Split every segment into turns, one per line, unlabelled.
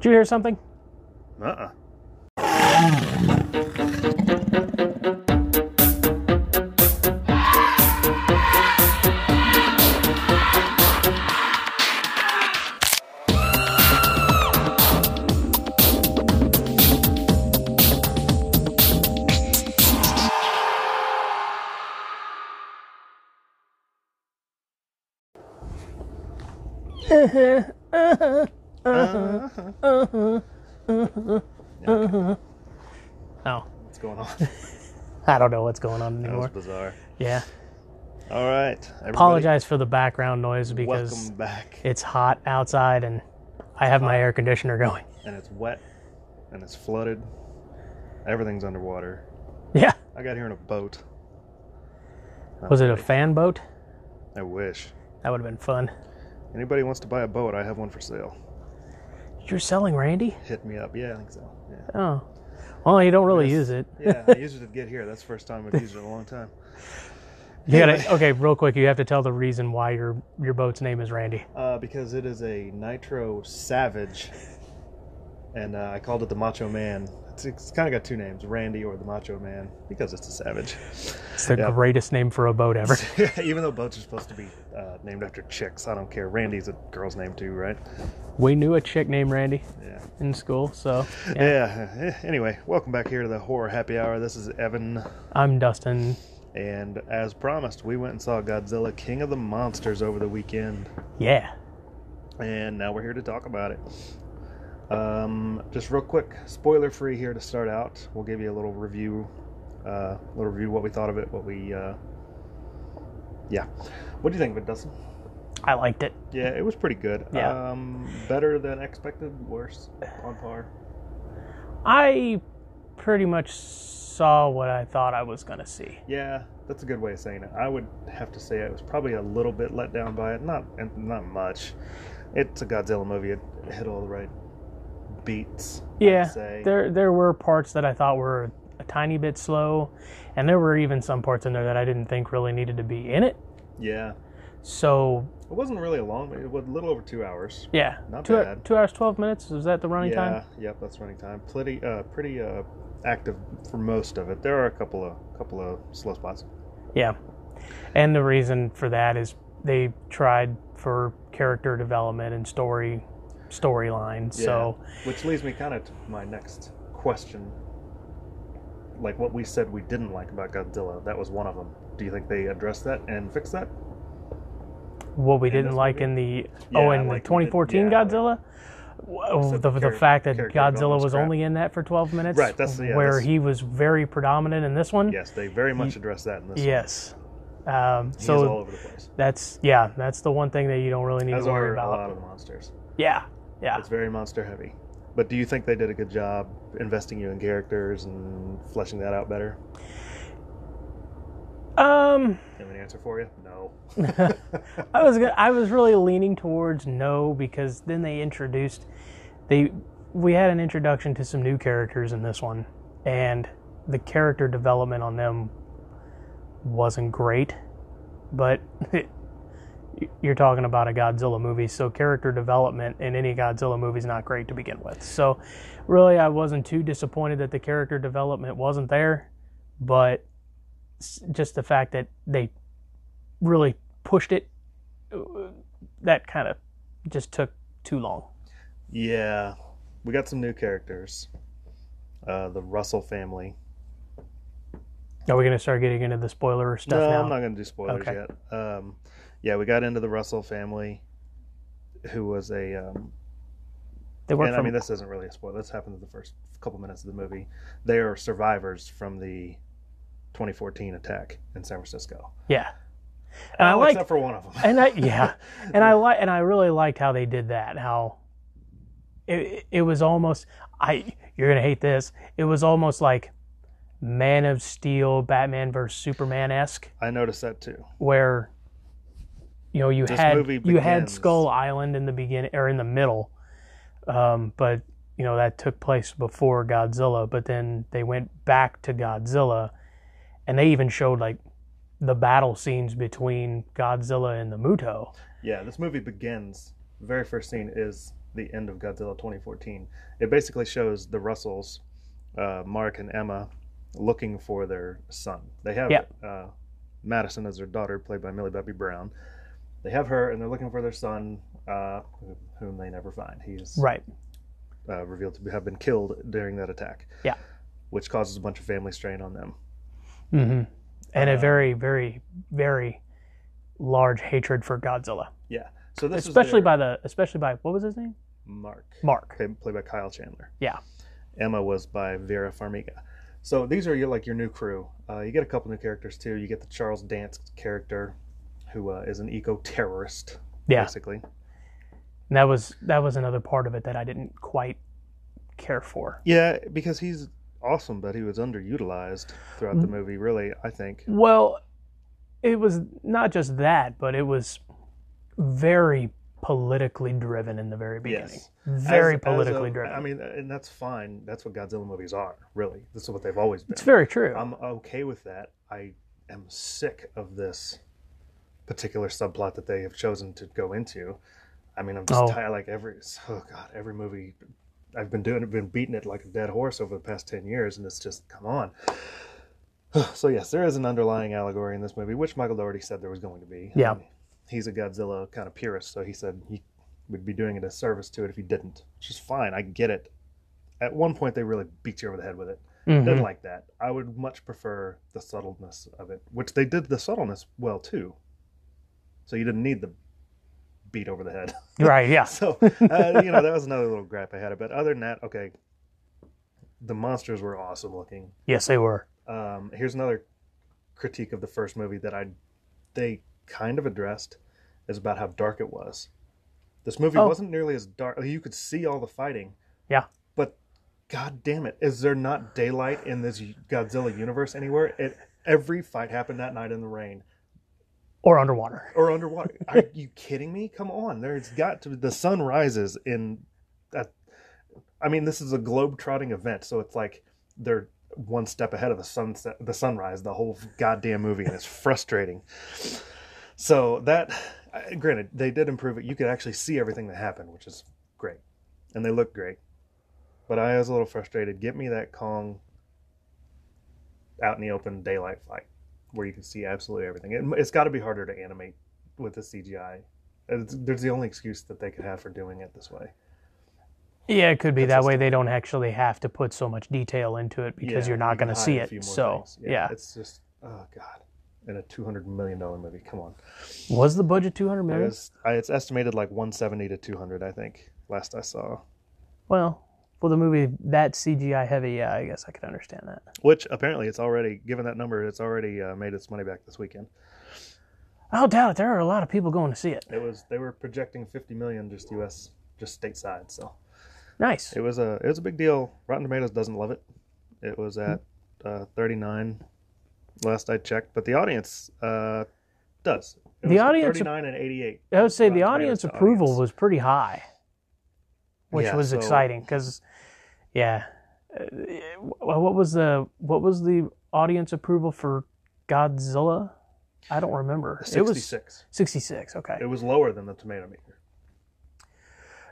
Did you hear something?
Uh-uh.
Oh,
What's going on?
I don't know what's going on
That was
anymore.
bizarre.
Yeah.
All right. Everybody,
Apologize for the background noise because
Welcome back.
it's hot outside and I have my air conditioner going.
And it's wet, and it's flooded. Everything's underwater.
Yeah.
I got here in a boat. Not
Was it a
great.
fan boat?
I wish.
That would have been fun.
Anybody wants to buy a boat, I have one for sale.
You're selling Randy?
Hit me up. Yeah, I think so. Yeah.
Oh. Well, you don't really use it.
yeah, I used it to get here. That's the first time I've used it in a long time.
You gotta, okay, real quick, you have to tell the reason why your your boat's name is Randy.
Uh, because it is a Nitro Savage, and uh, I called it the Macho Man. It's, it's kind of got two names, Randy or the Macho Man, because it's a Savage.
It's the
Yeah.
greatest name for a boat ever.
Even though boats are supposed to be uh, named after chicks, I don't care. Randy's a girl's name too, right?
we knew a chick named Randy
Yeah.
in school, so yeah.
Yeah. eh, Anyway, welcome back here to the Horror Happy Hour. This is Evan,
I'm Dustin.
and as promised, we went and saw Godzilla: King of the Monsters over the weekend.
Yeah.
and now we're here to talk about it. Um, just real quick, spoiler free here to start out. We'll give you a little review, uh, little review what we thought of it, what we, uh, yeah. What do you think of it, Dustin?
I liked it.
Yeah, it was pretty good.
Yeah.
Um, better than expected, worse, on par.
I pretty much saw what I thought I was gonna see.
Yeah, that's a good way of saying it. I would have to say I was probably a little bit let down by it. Not, and not much. It's a Godzilla movie. It hit all the right beats. I'd
Yeah,
say.
there there were parts that I thought were a tiny bit slow, and there were even some parts in there that I didn't think really needed to be in it.
Yeah.
So
It wasn't really a long. It was a little over two hours.
yeah,
Not
two,
bad.
two hours twelve minutes is that the running
yeah,
time?
yep, that's running time. Pretty, uh, pretty uh, active for most of it. There are a couple of couple of slow spots.
Yeah, and the reason for that is they tried for character development and story storyline. So
which leads me kind of to my next question. Like what we said we didn't like about Godzilla, that was one of them. Do you think they addressed that and fixed that?
Mm. what we
And
didn't
this
like
movie?
in the
Yeah,
oh in
like,
the 2014
yeah, like-
Godzilla. w- oh,
So
The,
the
the
character-
fact that
character
Godzilla
development's
was
crap.
only in that for 12 minutes,
Right, that's- yeah,
where
that's-
he was very predominant in this one.
Yes, they very much addressed that in this. one.
Yes. Um,
He is all
so
over the place.
that's yeah, that's the one thing that you don't really need
As
to worry
are a
about.
lot of the monsters.
Yeah, yeah,
It's very monster heavy. But do you think they did a good job investing you in characters and fleshing that out better?
um,
Have an answer for you? No.
I was gonna, I was really leaning towards no because then they introduced they we had an introduction to some new characters in this one, and the character development on them wasn't great, but. You're talking about a Godzilla movie, so character development in any Godzilla movie is not great to begin with. So, really, I wasn't too disappointed that the character development wasn't there, but s- just the fact that they really pushed it that kind of just took too long.
Yeah. We got some new characters. Uh, the Russell family.
Are we going to start getting into the spoiler stuff
no,
now?
I'm not going to do spoilers
Okay.
yet. Um, yeah, we got into the Russell family, who was a. Um,
They work
and I
from
mean, this isn't really a spoiler. This happened in the first couple minutes of the movie. They are survivors from the 2014 attack in San Francisco.
yeah, and I
Well,
like
Oh, Except for one of them.
and I yeah, and I like and I really liked how they did that. How it it was almost I you're gonna hate this. It was almost like Man of Steel, Batman versus Superman esque,
I noticed that too.
where you know you
This
had
movie
you had
begins-
Skull Island in the beginning or in the middle, um, but you know that took place before Godzilla. But then they went back to Godzilla, and they even showed like the battle scenes between Godzilla and the Muto.
Yeah, this movie begins. The very first scene is the end of Godzilla 2014. It basically shows the Russells, uh, Mark and Emma, looking for their son. They have
Yep.
uh, Madison as their daughter, played by Millie Bobby Brown. They have her, and they're looking for their son, uh, wh- whom they never find. He's
Right.
uh, revealed to have been killed during that attack.
Yeah.
Which causes a bunch of family strain on them.
hmm And a
Uh,
very, very, very large hatred for Godzilla,
Yeah. So this
especially
is
by the especially by what was his name?
Mark.
Mark.
Okay, played by Kyle Chandler.
Yeah.
Emma was by Vera Farmiga. So these are your like your new crew. Uh, you get a couple new characters too. You get the Charles Dance character, who uh, is an eco terrorist.
Yeah.
Basically.
And that was that was another part of it that I didn't quite care for.
Yeah, because he's awesome, but he was underutilized throughout
Mm-hmm.
the movie. Really, I think.
Well, it was not just that, but it was very politically driven in the very beginning.
Yes.
Very
As- as
politically
a-
driven.
I mean, and that's fine. That's what Godzilla movies are. Really, this is what they've always been.
it's very true.
I'm okay with that. I am sick of this particular subplot that they have chosen to go into. I mean, I'm just
Oh.
tired. Like every oh god, every movie I've been doing, I've been beating it like a dead horse over the past ten years, and it's just come on. so yes, there is an underlying allegory in this movie, which Michael Dougherty said there was going to be.
Yeah.
Um, he's a Godzilla kind of purist, so he said he would be doing a disservice to it if he didn't. Which is fine. I get it. At one point, they really beat you over the head with it
Mhm.
didn't like that. I would much prefer the subtleness of it, which they did the subtleness well too. So you didn't need the beat over the head.
Right, yeah.
so uh, you know that was another little gripe I had. But other than that, okay, the monsters were awesome looking.
Yes, they were.
Um, here's another critique of the first movie that I they kind of addressed is about how dark it was. This movie
Oh.
wasn't nearly as dark. You could see all the fighting.
Yeah.
But god damn it, is there not daylight in this Godzilla universe anywhere? It, every fight happened that night in the rain
Or underwater.
or underwater. Are you kidding me? Come on. There's got to be the sun rises in that I mean, this is a globe-trotting event, so it's like they're one step ahead of the sunset the sunrise the whole goddamn movie and it's frustrating. So that uh, granted, they did improve it. You could actually see everything that happened, which is great. And they look great. But I was a little frustrated. Get me that Kong out in the open daylight fight where you can see absolutely everything. It, it's got to be harder to animate with the CGI. It's, there's the only excuse that they could have for doing it this way.
Yeah, it could be that
That's
way. They don't actually have to put so much detail into it because
Yeah,
you're not
you can
going to
hide
see
a
it.
few more
So,
things.
yeah.
it's just oh god, in a two hundred million dollar movie. Come on,
Was the budget 200
it
million?
was, I, it's estimated like one seventy to two hundred. I think last I saw,
Well, for the movie that CGI heavy, yeah, I guess I could understand that.
which apparently it's already given that number, it's already uh, made its money back this weekend.
I don't doubt it. There are a lot of people going to see it.
It was they were projecting fifty million just U.S. just stateside, so
Nice.
it was a it was a big deal. Rotten Tomatoes doesn't love it. It was at uh, thirty nine last I checked, but the audience uh, does. It
The audience-
thirty nine and eighty eight.
I would say the
Rotten
audience
Tomatoes to
approval
audience.
was pretty high, which
Yeah,
was
so-
exciting because, yeah, Uh, wh- what was the what was the audience approval for Godzilla? I don't remember. It
Sixty
was
six.
66. Okay.
It was lower than the tomato meter.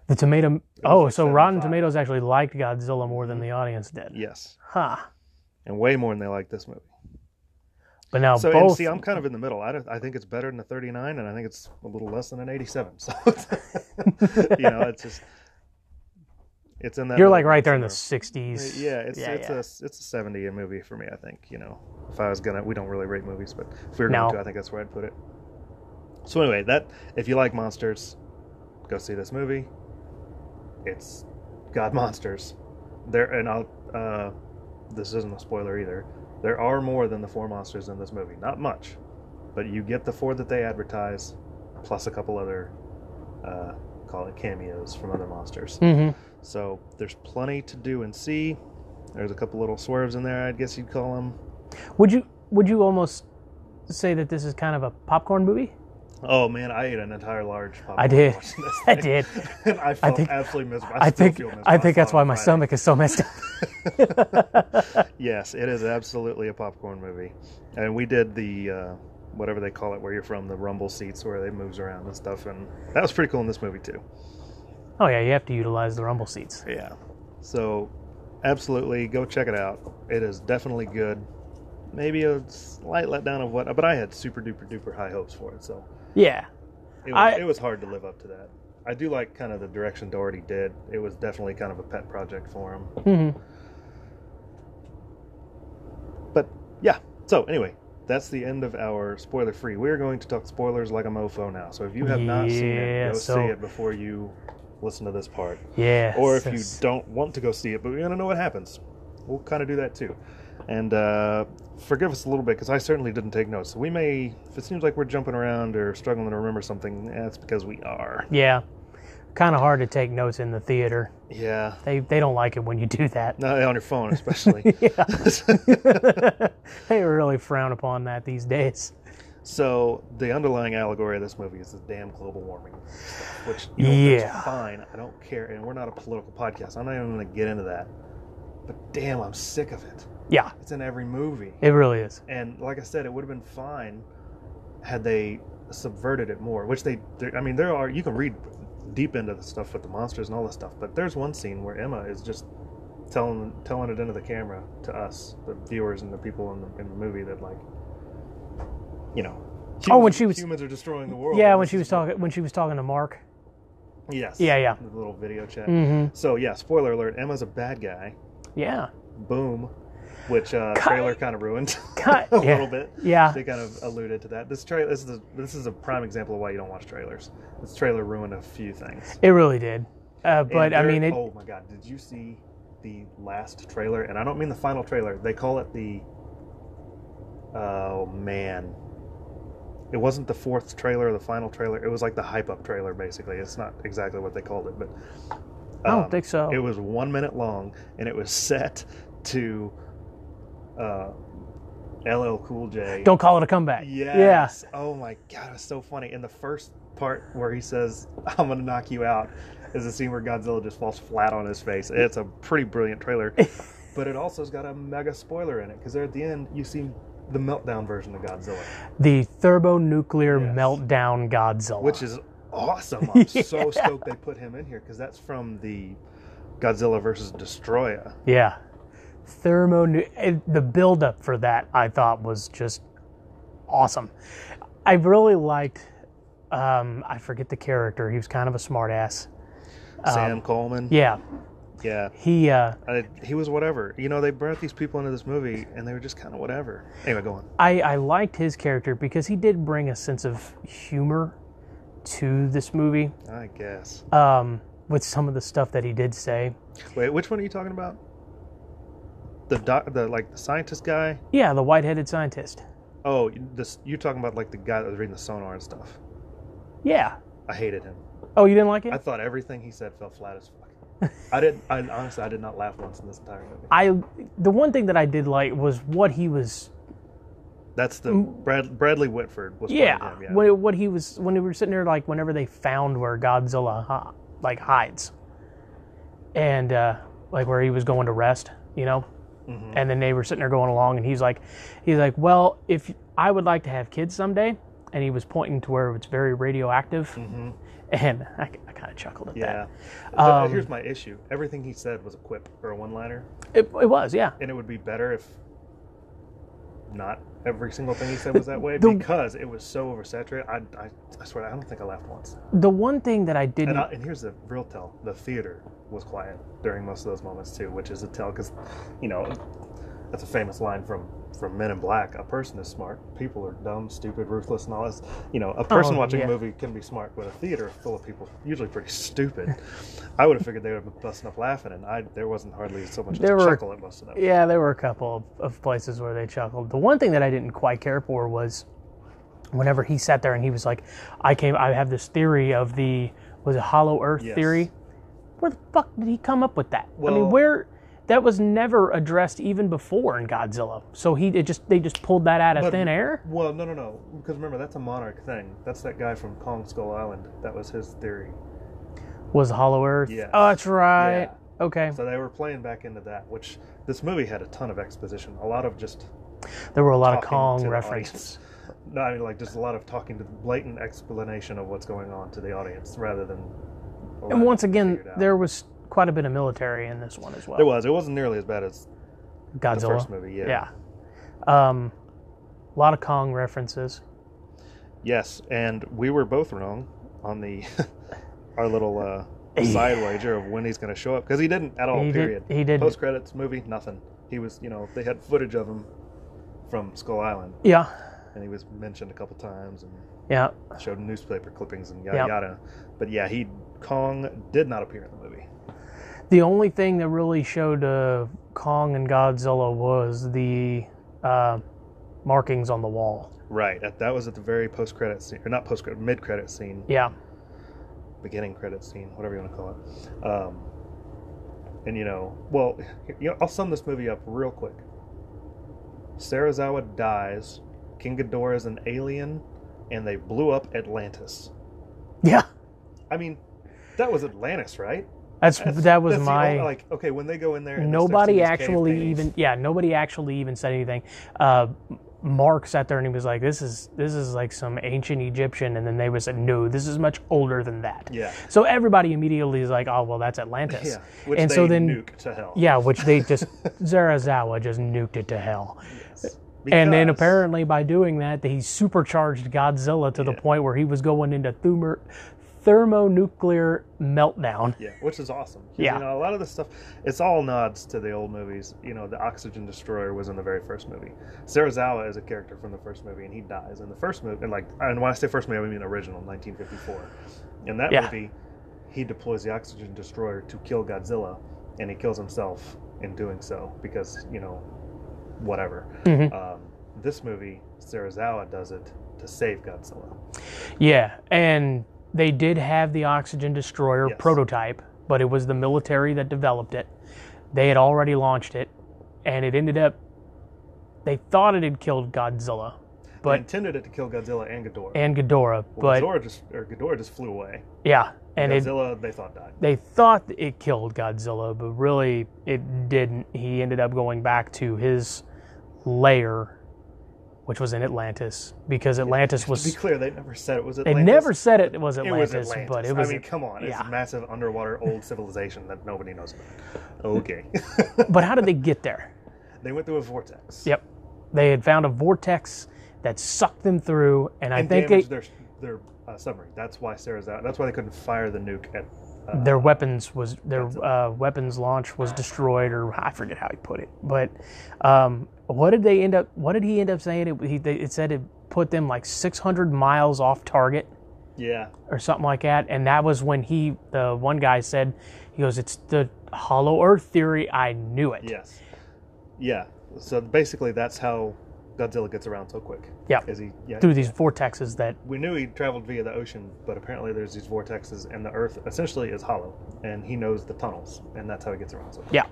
The tomato. Oh,
like Mm-hmm.
so Rotten
75.
Tomatoes actually liked Godzilla more than the audience did.
Yes.
Huh.
And way more than they like this movie.
But now
So, and
both.
see, I'm kind of in the middle. I, don't, I think it's better than a 39, and I think it's a little less than an 87. So, you know, it's just, it's in that.
you're
middle
like right there in the
ground
60s.
somewhere. Yeah, it's
yeah,
it's
yeah.
a it's a 70 year movie for me. I think you know, if I was gonna, we don't really rate movies, but if we were
No.
going to, I think that's where I'd put it. So anyway, that if you like monsters, go see this movie. It's God monsters. There and I'll. Uh, this isn't a spoiler either. There are more than the four monsters in this movie. Not much, but you get the four that they advertise, plus a couple other, uh, call it cameos from other monsters.
Mhm.
So there's plenty to do and see. There's a couple little swerves in there, I guess you'd call them.
Would you would you almost say that this is kind of a popcorn movie?
Oh man, I ate an entire large. popcorn
I did.
watching this
I
thing.
did.
and I felt
think-
absolutely miserable. I,
I
still
think
feel miserable.
I think
saw
that's
it
why
on
my
Friday.
stomach is so messed up.
Yes, it is absolutely a popcorn movie, and we did the uh, whatever they call it where you're from, the rumble seats where they moves around and stuff, and that was pretty cool in this movie too.
Oh yeah, you have to utilize the rumble seats.
Yeah. So, absolutely, go check it out. It is definitely good. Maybe a slight letdown of what, but I had super duper duper high hopes for it, so
Yeah,
it was,
I-
it was hard to live up to that. I do like kind of the direction Doherty did. It was definitely kind of a pet project for him.
hmm
But yeah. So anyway, that's the end of our spoiler free. We're going to talk spoilers like a mofo now. So if you have not seen it,
Yeah,
go
so-
see it before you listen to this part.
yeah.
Or if you
that's-
don't want to go see it, but we want to know what happens, we'll kind of do that too. And uh, forgive us a little bit because I certainly didn't take notes. So we may, if it seems like we're jumping around or struggling to remember something, that's because we are.
yeah, kind of hard to take notes in the theater.
Yeah.
They they don't like it when you do that.
Not on your phone, especially.
they really frown upon that these days.
So the underlying allegory of this movie is the damn global warming, stuff, which you know, that's
Yeah.
fine. I don't care, and we're not a political podcast. I'm not even going to get into that. But damn, I'm sick of it.
Yeah,
It's in every movie,
it really is.
and like I said, it would have been fine had they subverted it more. Which they, there- I mean, there are you can read deep into the stuff with the monsters and all this stuff, but there's one scene where Emma is just telling telling it into the camera to us, the viewers and the people in the, in the movie that like, you know.
Oh, when
humans-
she was-
humans are destroying the world.
Yeah,
and
when
this
she was
is what-
talking when she was talking to Mark.
Yes.
Yeah, yeah.
The little video chat.
Mm-hmm.
So yeah, spoiler alert: Emma's a bad guy.
Yeah.
Boom, which uh,
Ki-
trailer kind of ruined
Ki-
a
yeah.
little bit.
Yeah.
they kind of alluded to that. This trailer, this is a, this is a prime example of why you don't watch trailers. This trailer ruined a few things.
It really did. Uh,
And
but I
there-
mean, it,
oh my god, did you see the last trailer? And I don't mean the final trailer. They call it the. Oh man, it wasn't the fourth trailer or the final trailer. It was like the hype up trailer, basically. It's not exactly what they called it, but
I don't
um,
think so.
it was one minute long, and it was set to uh, LL Cool J.
don't call it a comeback. Yeah.
Yes. Oh my god, it's so funny. And the first part where he says, "I'm gonna knock you out," is the scene where Godzilla just falls flat on his face. It's a pretty brilliant trailer, but it also's got a mega spoiler in it because there at the end you see the meltdown version of Godzilla,
The thermonuclear
Yes.
meltdown Godzilla.
which is awesome. I'm so stoked they put him in here because that's from the Godzilla versus Destroyer.
yeah. Thermo the buildup for that I thought was just awesome. I really liked. Um, I forget the character. He was kind of a smartass.
Sam Coleman.
Yeah.
Yeah,
He. Uh,
I, he was whatever. You know, they brought these people into this movie, and they were just kind of whatever. Anyway, go on.
I, I liked his character because he did bring a sense of humor to this movie
I guess.
um, with some of the stuff that he did say.
Wait, which one are you talking about? The doc, the like the scientist guy.
Yeah, the white-headed scientist.
Oh, this you're talking about like the guy that was reading the sonar and stuff.
Yeah.
I hated him.
Oh, you didn't like it?
I thought everything he said fell flat as fuck. I didn't. I honestly, I did not laugh once in this entire movie.
I the one thing that I did like was what he was
That's the Brad, Bradley Whitford was.
Mm. yeah,
playing him,
What, what he was when we were sitting there like whenever they found where Godzilla hi- like hides and uh, like where he was going to rest you know
Mhm.
and then they were sitting there going along and he's like he's like well if I would like to have kids someday and he was pointing to where it's very radioactive
Mhm.
and I, I kind of chuckled at
Yeah. But
Um,
here's my issue. Everything he said was a quip or a one-liner.
that it, it was yeah
and it would be better if not every single thing he said was that way
The-
because it was so oversaturated. I, I, I swear, I don't think I laughed once.
the one thing that I didn't
And, I, and here's the real tell: the theater was quiet during most of those moments too, which is a tell because, you know, that's a famous line from from Men in Black: "A person is smart. People are dumb, stupid, ruthless, and all this. You know, a person
Oh,
watching
yeah.
a movie can be smart, but a theater full of people usually pretty stupid. I would have figured they would have been busting up laughing, and I there wasn't hardly so much
There
as a
were-
chuckle at most of them.
Yeah, there were a couple of, of places where they chuckled. The one thing that I didn't quite care for was whenever he sat there and he was like, "I came. I have this theory of the was it Hollow Earth
Yes.
theory. Where the fuck did he come up with that? I
Well-
mean, where that was never addressed even before in Godzilla. So he it just they just pulled that out of
But-
thin air.
Well, no, no, no. Because remember, that's a monarch thing. That's that guy from Kong Skull Island. That was his theory.
Was Hollow Earth?
Yes.
Oh, that's right. Okay.
So they were playing back into that, which this movie had a ton of exposition, a lot of just
There were a lot of
talking
Kong
to the
references.
no, I mean like just a lot of talking to blatant explanation of what's going on to the audience rather than Well,
And
I
once again,
figured out.
there was quite a bit of military in this one as well.
there was. It wasn't nearly as bad as the
Godzilla.
first movie. Yeah.
yeah. Um, a lot of Kong references.
Yes, and we were both wrong on the our little uh,
Yeah.
side wager of when he's going to show up because he didn't at all.
he
period.
did. He did.
Post credits movie, nothing. He was, you know, they had footage of him from Skull Island,
yeah.
and he was mentioned a couple times and
Yeah.
showed newspaper clippings and yada
Yep.
yada. But yeah, he Kong did not appear in the movie.
The only thing that really showed uh, Kong and Godzilla was the uh, markings on the wall.
Right, that, that was at the very post credit scene, or not post credit, mid credit scene,
Yeah.
beginning credit scene, whatever you want to call it. Um, and you know, well, you know, I'll sum this movie up real quick. Sarazawa dies, King Ghidorah is an alien, and they blew up Atlantis.
Yeah.
I mean, that was Atlantis, right?
That's,
That's-
that was
that's the
my
only- like okay when they go in there. and they start
nobody
seeing these cave
actually
paintings.
even yeah nobody actually even said anything uh mark sat there and he was like this is this is like some ancient egyptian and then they was like no this is much older than that
yeah
so everybody immediately is like oh well that's atlantis
yeah which
and
they
so then
nuke to hell
yeah which they just zarazawa just nuked it to hell
Yes.
and then
Because-
apparently by doing that he supercharged godzilla to the
Yeah.
point where he was going into thumer- thermonuclear meltdown
yeah which is awesome 'Cause,
Yeah.
you know a lot of this stuff it's all nods to the old movies you know the oxygen destroyer was in the very first movie Sarazawa is a character from the first movie and he dies in the first movie and like and when I say first movie I mean original 1954 in that
Yeah.
movie he deploys the oxygen destroyer to kill Godzilla and he kills himself in doing so because you know whatever
Mhm.
um, this movie, Sarazawa does it to save Godzilla.
Yeah, and they did have the oxygen destroyer
Yes.
prototype, but it was the military that developed it. They had already launched it, and it ended up. They thought it had killed Godzilla,
they
but
intended it to kill Godzilla and Ghidorah.
and Ghidorah,
well,
but
Ghidorah just or Ghidorah just flew away.
yeah, and it,
Godzilla they thought died.
they thought it killed Godzilla, but really it didn't. He ended up going back to his lair, which was in Atlantis, because Atlantis
To be
was.
clear, they never said it was
They
Atlantis.
never said it was
it was
Atlantis,
Atlantis,
but it was
I mean, come on, it's
yeah.
a massive underwater old civilization that nobody knows about. Okay,
but how did they get there?
they went through a vortex.
Yep. They had found a vortex that sucked them through, and I
and
think they,
damaged their their uh, submarine. That's why Sarazawa. That's why they couldn't fire the nuke at. Uh,
their weapons was their uh, weapons launch was destroyed, or I forget how he put it. But um, what did they end up? What did he end up saying? It, he, they, it said it put them like 600 miles off target
yeah,
or something like that. And that was when he, the one guy said, he goes, "It's the Hollow Earth theory. I knew it."
Yes. Yeah. So basically, that's how Godzilla gets around so quick.
Yeah.
Is he? Yeah.
Through these vortexes that
We knew he traveled via the ocean, but apparently there's these vortexes, and the Earth essentially is hollow, and he knows the tunnels, and that's how he gets around so quick.
Yeah.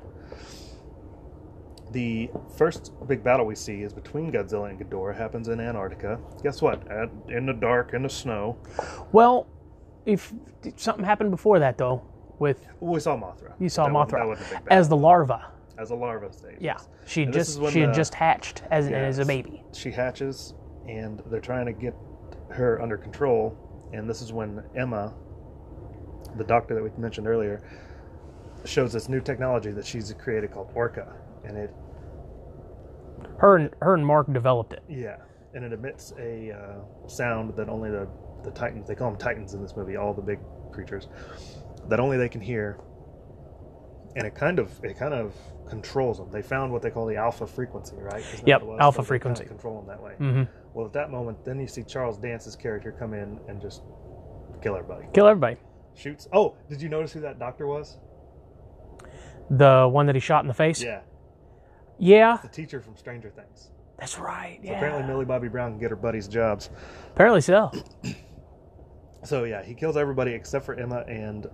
The first big battle we see is between Godzilla and Ghidorah. Happens in Antarctica. Guess what? At, in the dark, in the snow.
well, if something happened before that though, with
Well, we saw Mothra.
You saw
That wa-
Mothra
that wasn't a big battle.
as the larva.
As a larva stage.
Yeah, she
And this
just
is when
she had
the-
just hatched as as a
Yes.
baby.
she hatches and they're trying to get her under control and this is when emma the doctor that we mentioned earlier shows this new technology that she's created called orca and it
Her and her and Mark developed it.
yeah and it emits a uh, sound that only the, the titans they call them titans in this movie all the big creatures that only they can hear and it kind of it kind of controls them they found what they call the alpha frequency right Isn't that
Yep,
what it was?
alpha
So they kinda
frequency.
control them that way
hmm
Well, at that moment, then you see Charles Dance's character come in and just kill everybody.
Kill everybody.
Shoots. Oh, did you notice who that doctor was?
The one that he shot in the face.
Yeah,
Yeah,
the teacher from Stranger Things.
that's right.
So
Yeah.
Apparently, Millie Bobby Brown can get her buddies jobs.
Apparently so.
So yeah, he kills everybody except for Emma and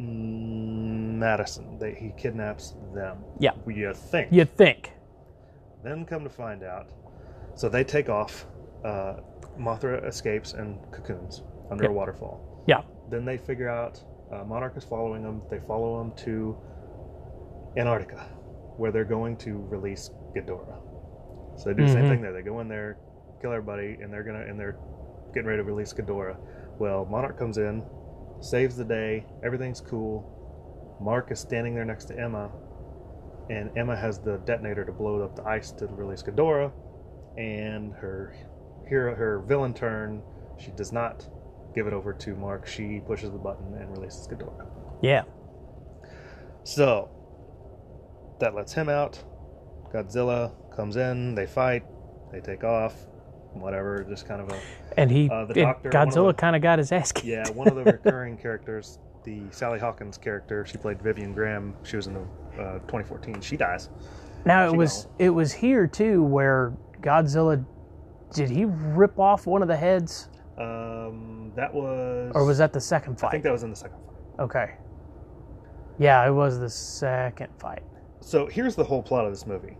mm, Madison. They, he kidnaps them.
Yeah.
You think?
You'd think.
Then come to find out, so they take off. Uh, Mothra escapes and cocoons under a
Yep.
waterfall.
Yeah.
Then they figure out uh, Monarch is following them. They follow him to Antarctica, where they're going to release Ghidorah. So they do the same
Mhm.
thing there. They go in there, kill everybody, and they're gonna and they're getting ready to release Ghidorah. Well, Monarch comes in, saves the day. Everything's cool. Mark is standing there next to Emma, and Emma has the detonator to blow up the ice to release Ghidorah. And her hero, her villain turn, she does not give it over to Mark. She pushes the button and releases Ghidorah.
Yeah.
So that lets him out. Godzilla comes in. They fight. They take off. Whatever. Just kind of a
And he,
Uh, the
and
doctor, one of the-
Godzilla kind of got his ass kicked.
yeah. One of the recurring characters, the Sally Hawkins character, she played Vivian Graham. She was in the uh, 2014. She dies.
Now it
She
was it was here too where Godzilla did he rip off one of the heads
Um, that was.
or was that the second
I think
fight?
that was in the second fight.
Okay. Yeah, it was the second fight.
So here's the whole plot of this movie.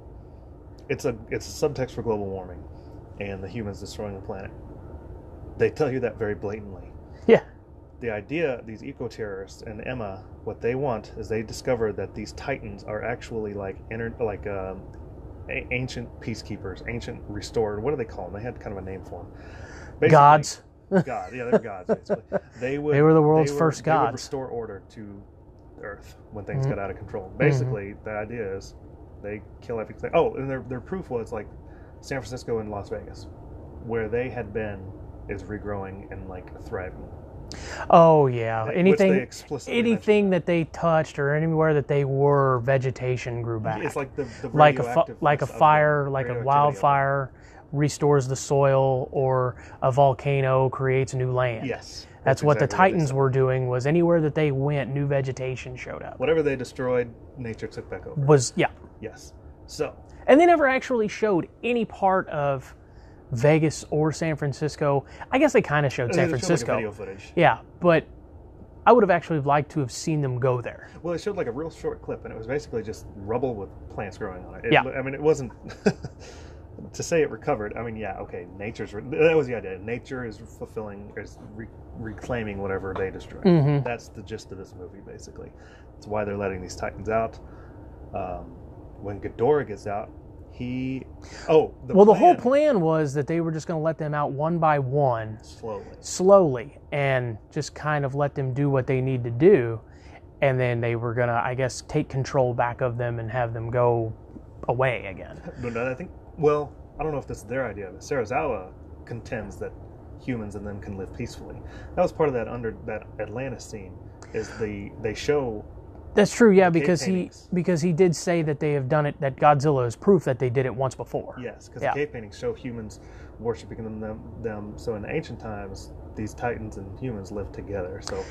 It's a it's a subtext for global warming, and the humans destroying the planet. They tell you that very blatantly.
Yeah.
The idea these eco terrorists and Emma, what they want is they discover that these titans are actually like inter, like um, a- ancient peacekeepers, ancient restored. What do they call them? They had kind of a name for them.
Gods.
God, yeah, they're gods. Basically. They would.
They were the world's first
they would
gods.
restore order to Earth when things
Mhm.
got out of control. Basically, the idea is they kill everything. Oh, and their their proof was like San Francisco and Las Vegas, where they had been, is regrowing and like thriving.
Oh yeah.
Which they
Anything
explicitly mentioned.
anything that they touched or anywhere that they were vegetation grew back.
It's like the, the
like a fi-
radioactiveness
like a
of the
fire, like a
radioactivity of it.
wildfire restores the soil or a volcano creates new land.
Yes,
That's, what the
exactly they
Titans
said.
were doing was anywhere that they went new vegetation showed up.
Whatever they destroyed, nature took back over.
Was yeah.
Yes. So
And they never actually showed any part of Vegas or San Francisco. I guess they kind of showed San
They showed, like, a
Francisco.
video footage.
yeah, but I would have actually liked to have seen them go there.
Well, it showed like a real short clip, and it was basically just rubble with plants growing on it. it
Yeah.
I mean, it wasn't to say it recovered. I mean, yeah, okay, nature's re- that was the idea. Nature is fulfilling, is re- reclaiming whatever they destroyed.
Mhm.
That's the gist of this movie, basically. That's why they're letting these titans out. Um, when Ghidorah gets out, he oh the
well, the whole plan was that they were just going to let them out one by one,
slowly.
slowly, and just kind of let them do what they need to do. And then they were going to, I guess, take control back of them and have them go away again.
No, no, I think. Well, I don't know if that's their idea, but Sarazawa contends that humans and them can live peacefully. That was part of that under that Atlantis scene. Is the they show
That's true, yeah,
The cave
because he
paintings.
because he did say that they have done it. That Godzilla is proof that they did it once before.
yes because
Yeah.
the cave paintings show humans worshiping them, them them. So in ancient times, these titans and humans lived together. So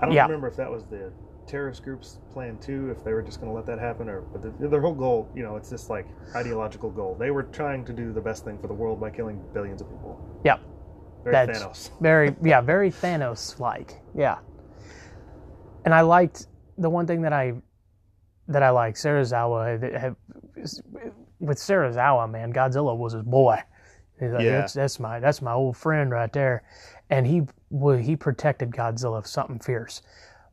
I don't
Yeah.
remember if that was the terrorist group's plan too, if they were just going to let that happen, or but the, their whole goal, you know, it's this like ideological goal. They were trying to do the best thing for the world by killing billions of people.
Yeah.
Very
That's-
Thanos.
Very, yeah, very Thanos-like. Yeah. And I liked the one thing that I that I like Sarazawa that have- with Sarazawa, man, Godzilla was his boy. He's like,
Yeah.
that's, that's my that's my old friend right there, and he well, he protected Godzilla of something fierce,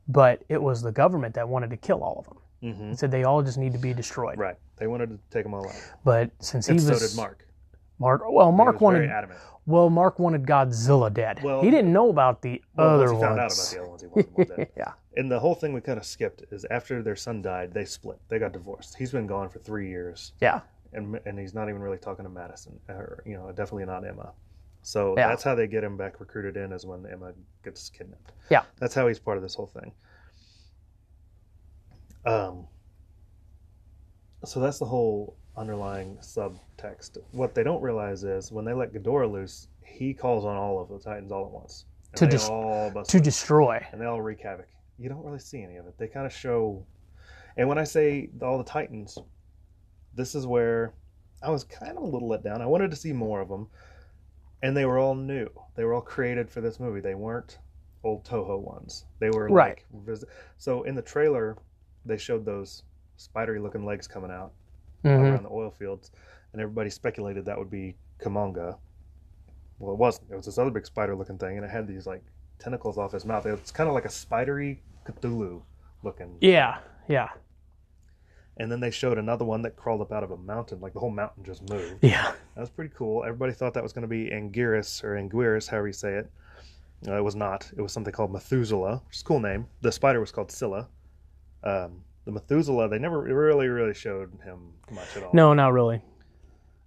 but it was the government that wanted to kill all of them.
Mm-hmm.
It said they all just need to be destroyed.
Right. They wanted to take him all out.
But since he
And so
was
did Mark.
Mark well,
He
Mark
was
wanted
very adamant.
well, Mark wanted Godzilla dead.
Well-
he didn't know about the
Well,
other
once he found out about
ones.
the other ones, he wanted more dead.
yeah.
And the whole thing we kind of skipped is after their son died, they split. They got divorced. He's been gone for three years,
Yeah.
and and he's not even really talking to Madison, or you know, definitely not Emma. So
Yeah.
that's how they get him back recruited in is when Emma gets kidnapped.
Yeah.
that's how he's part of this whole thing. Um. So that's the whole underlying subtext. What they don't realize is when they let Ghidorah loose, he calls on all of the Titans all at once. And
To
they
dis-
all bust
To
loose
destroy.
and they all wreak havoc. You don't really see any of it. They kind of show, and when I say all the Titans, this is where I was kind of a little let down. I wanted to see more of them, and they were all new. They were all created for this movie. They weren't old Toho ones. They were
Right.
Like, vis- so in the trailer, they showed those spidery-looking legs coming out
Mhm.
around the oil fields, and everybody speculated that would be Kamonga. Well, it wasn't. It was this other big spider-looking thing, and it had these like tentacles off his mouth. It's kind of like a spidery Cthulhu looking.
Yeah. Yeah.
And then they showed another one that crawled up out of a mountain, like the whole mountain just moved.
Yeah.
That was pretty cool. Everybody thought that was going to be Anguirus or Anguirus, however you say it. Uh, it was not. It was something called Methuselah, which is a cool name. The spider was called Scylla. Um, the Methuselah, they never really, really showed him much at all.
No, not really.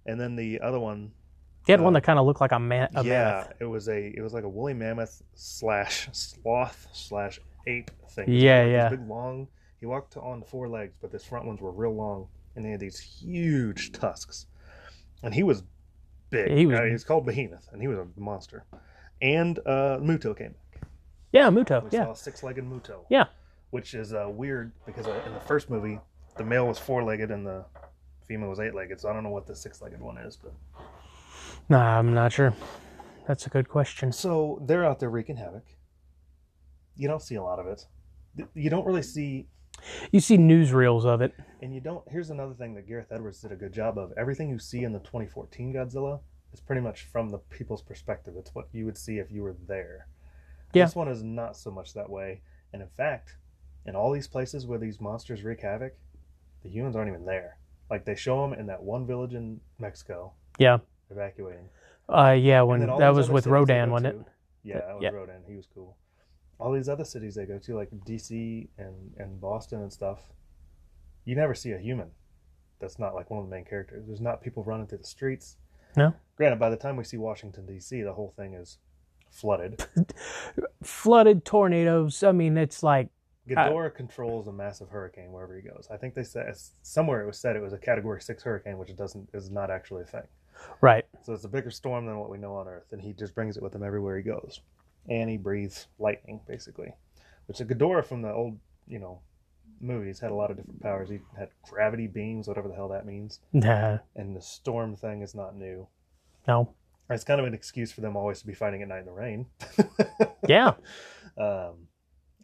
And then the other one,
He had one
Uh,
that kind of looked like a man. A
yeah,
mammoth.
it was a, it was like a woolly mammoth slash sloth slash ape thing.
Yeah,
These
yeah.
Big long. He walked on four legs, but his front ones were real long, and they had these huge tusks. And he was big.
He was-
Uh, he's called Behemoth, and he was a monster. And uh, Muto came.
Yeah, Muto.
We
Oh, yeah.
saw six-legged Muto.
Yeah.
Which is uh, weird because uh, in the first movie, the male was four-legged and the female was eight-legged. So I don't know what the six-legged one is, but
Nah, I'm not sure. That's a good question.
so they're out there wreaking havoc. You don't see a lot of it. Th- You don't really see,
You see newsreels of it.
and you don't. Here's another thing that Gareth Edwards did a good job of. Everything you see in the 2014 Godzilla is pretty much from the people's perspective. It's what you would see if you were there.
Yeah.
This one is not so much that way. And in fact, in all these places where these monsters wreak havoc, the humans aren't even there. Like they show them in that one village in Mexico
Yeah.
evacuating.
Uh, yeah,
And
when
then all
that
these
was
other
with
cities they
Rodan,
go
wasn't
to-
it?
Yeah, that was
Yeah.
Rodan. He was cool. All these other cities they go to, like DC and, and Boston and stuff, you never see a human that's not like one of the main characters. There's not people running through the streets.
No.
Granted, by the time we see Washington, D.C., the whole thing is flooded.
Flooded tornadoes. I mean, it's like
Ghidorah controls a massive hurricane wherever he goes. I think they said somewhere it was said it was a Category Six hurricane, which it doesn't is not actually a thing.
right.
So it's a bigger storm than what we know on Earth, and he just brings it with him everywhere he goes. And he breathes lightning, basically. Which the Ghidorah from the old, you know, movies had a lot of different powers. He had gravity beams, whatever the hell that means.
Nah,
And the storm thing is not new.
no.
It's kind of an excuse for them always to be fighting at night in the rain.
Yeah,
um,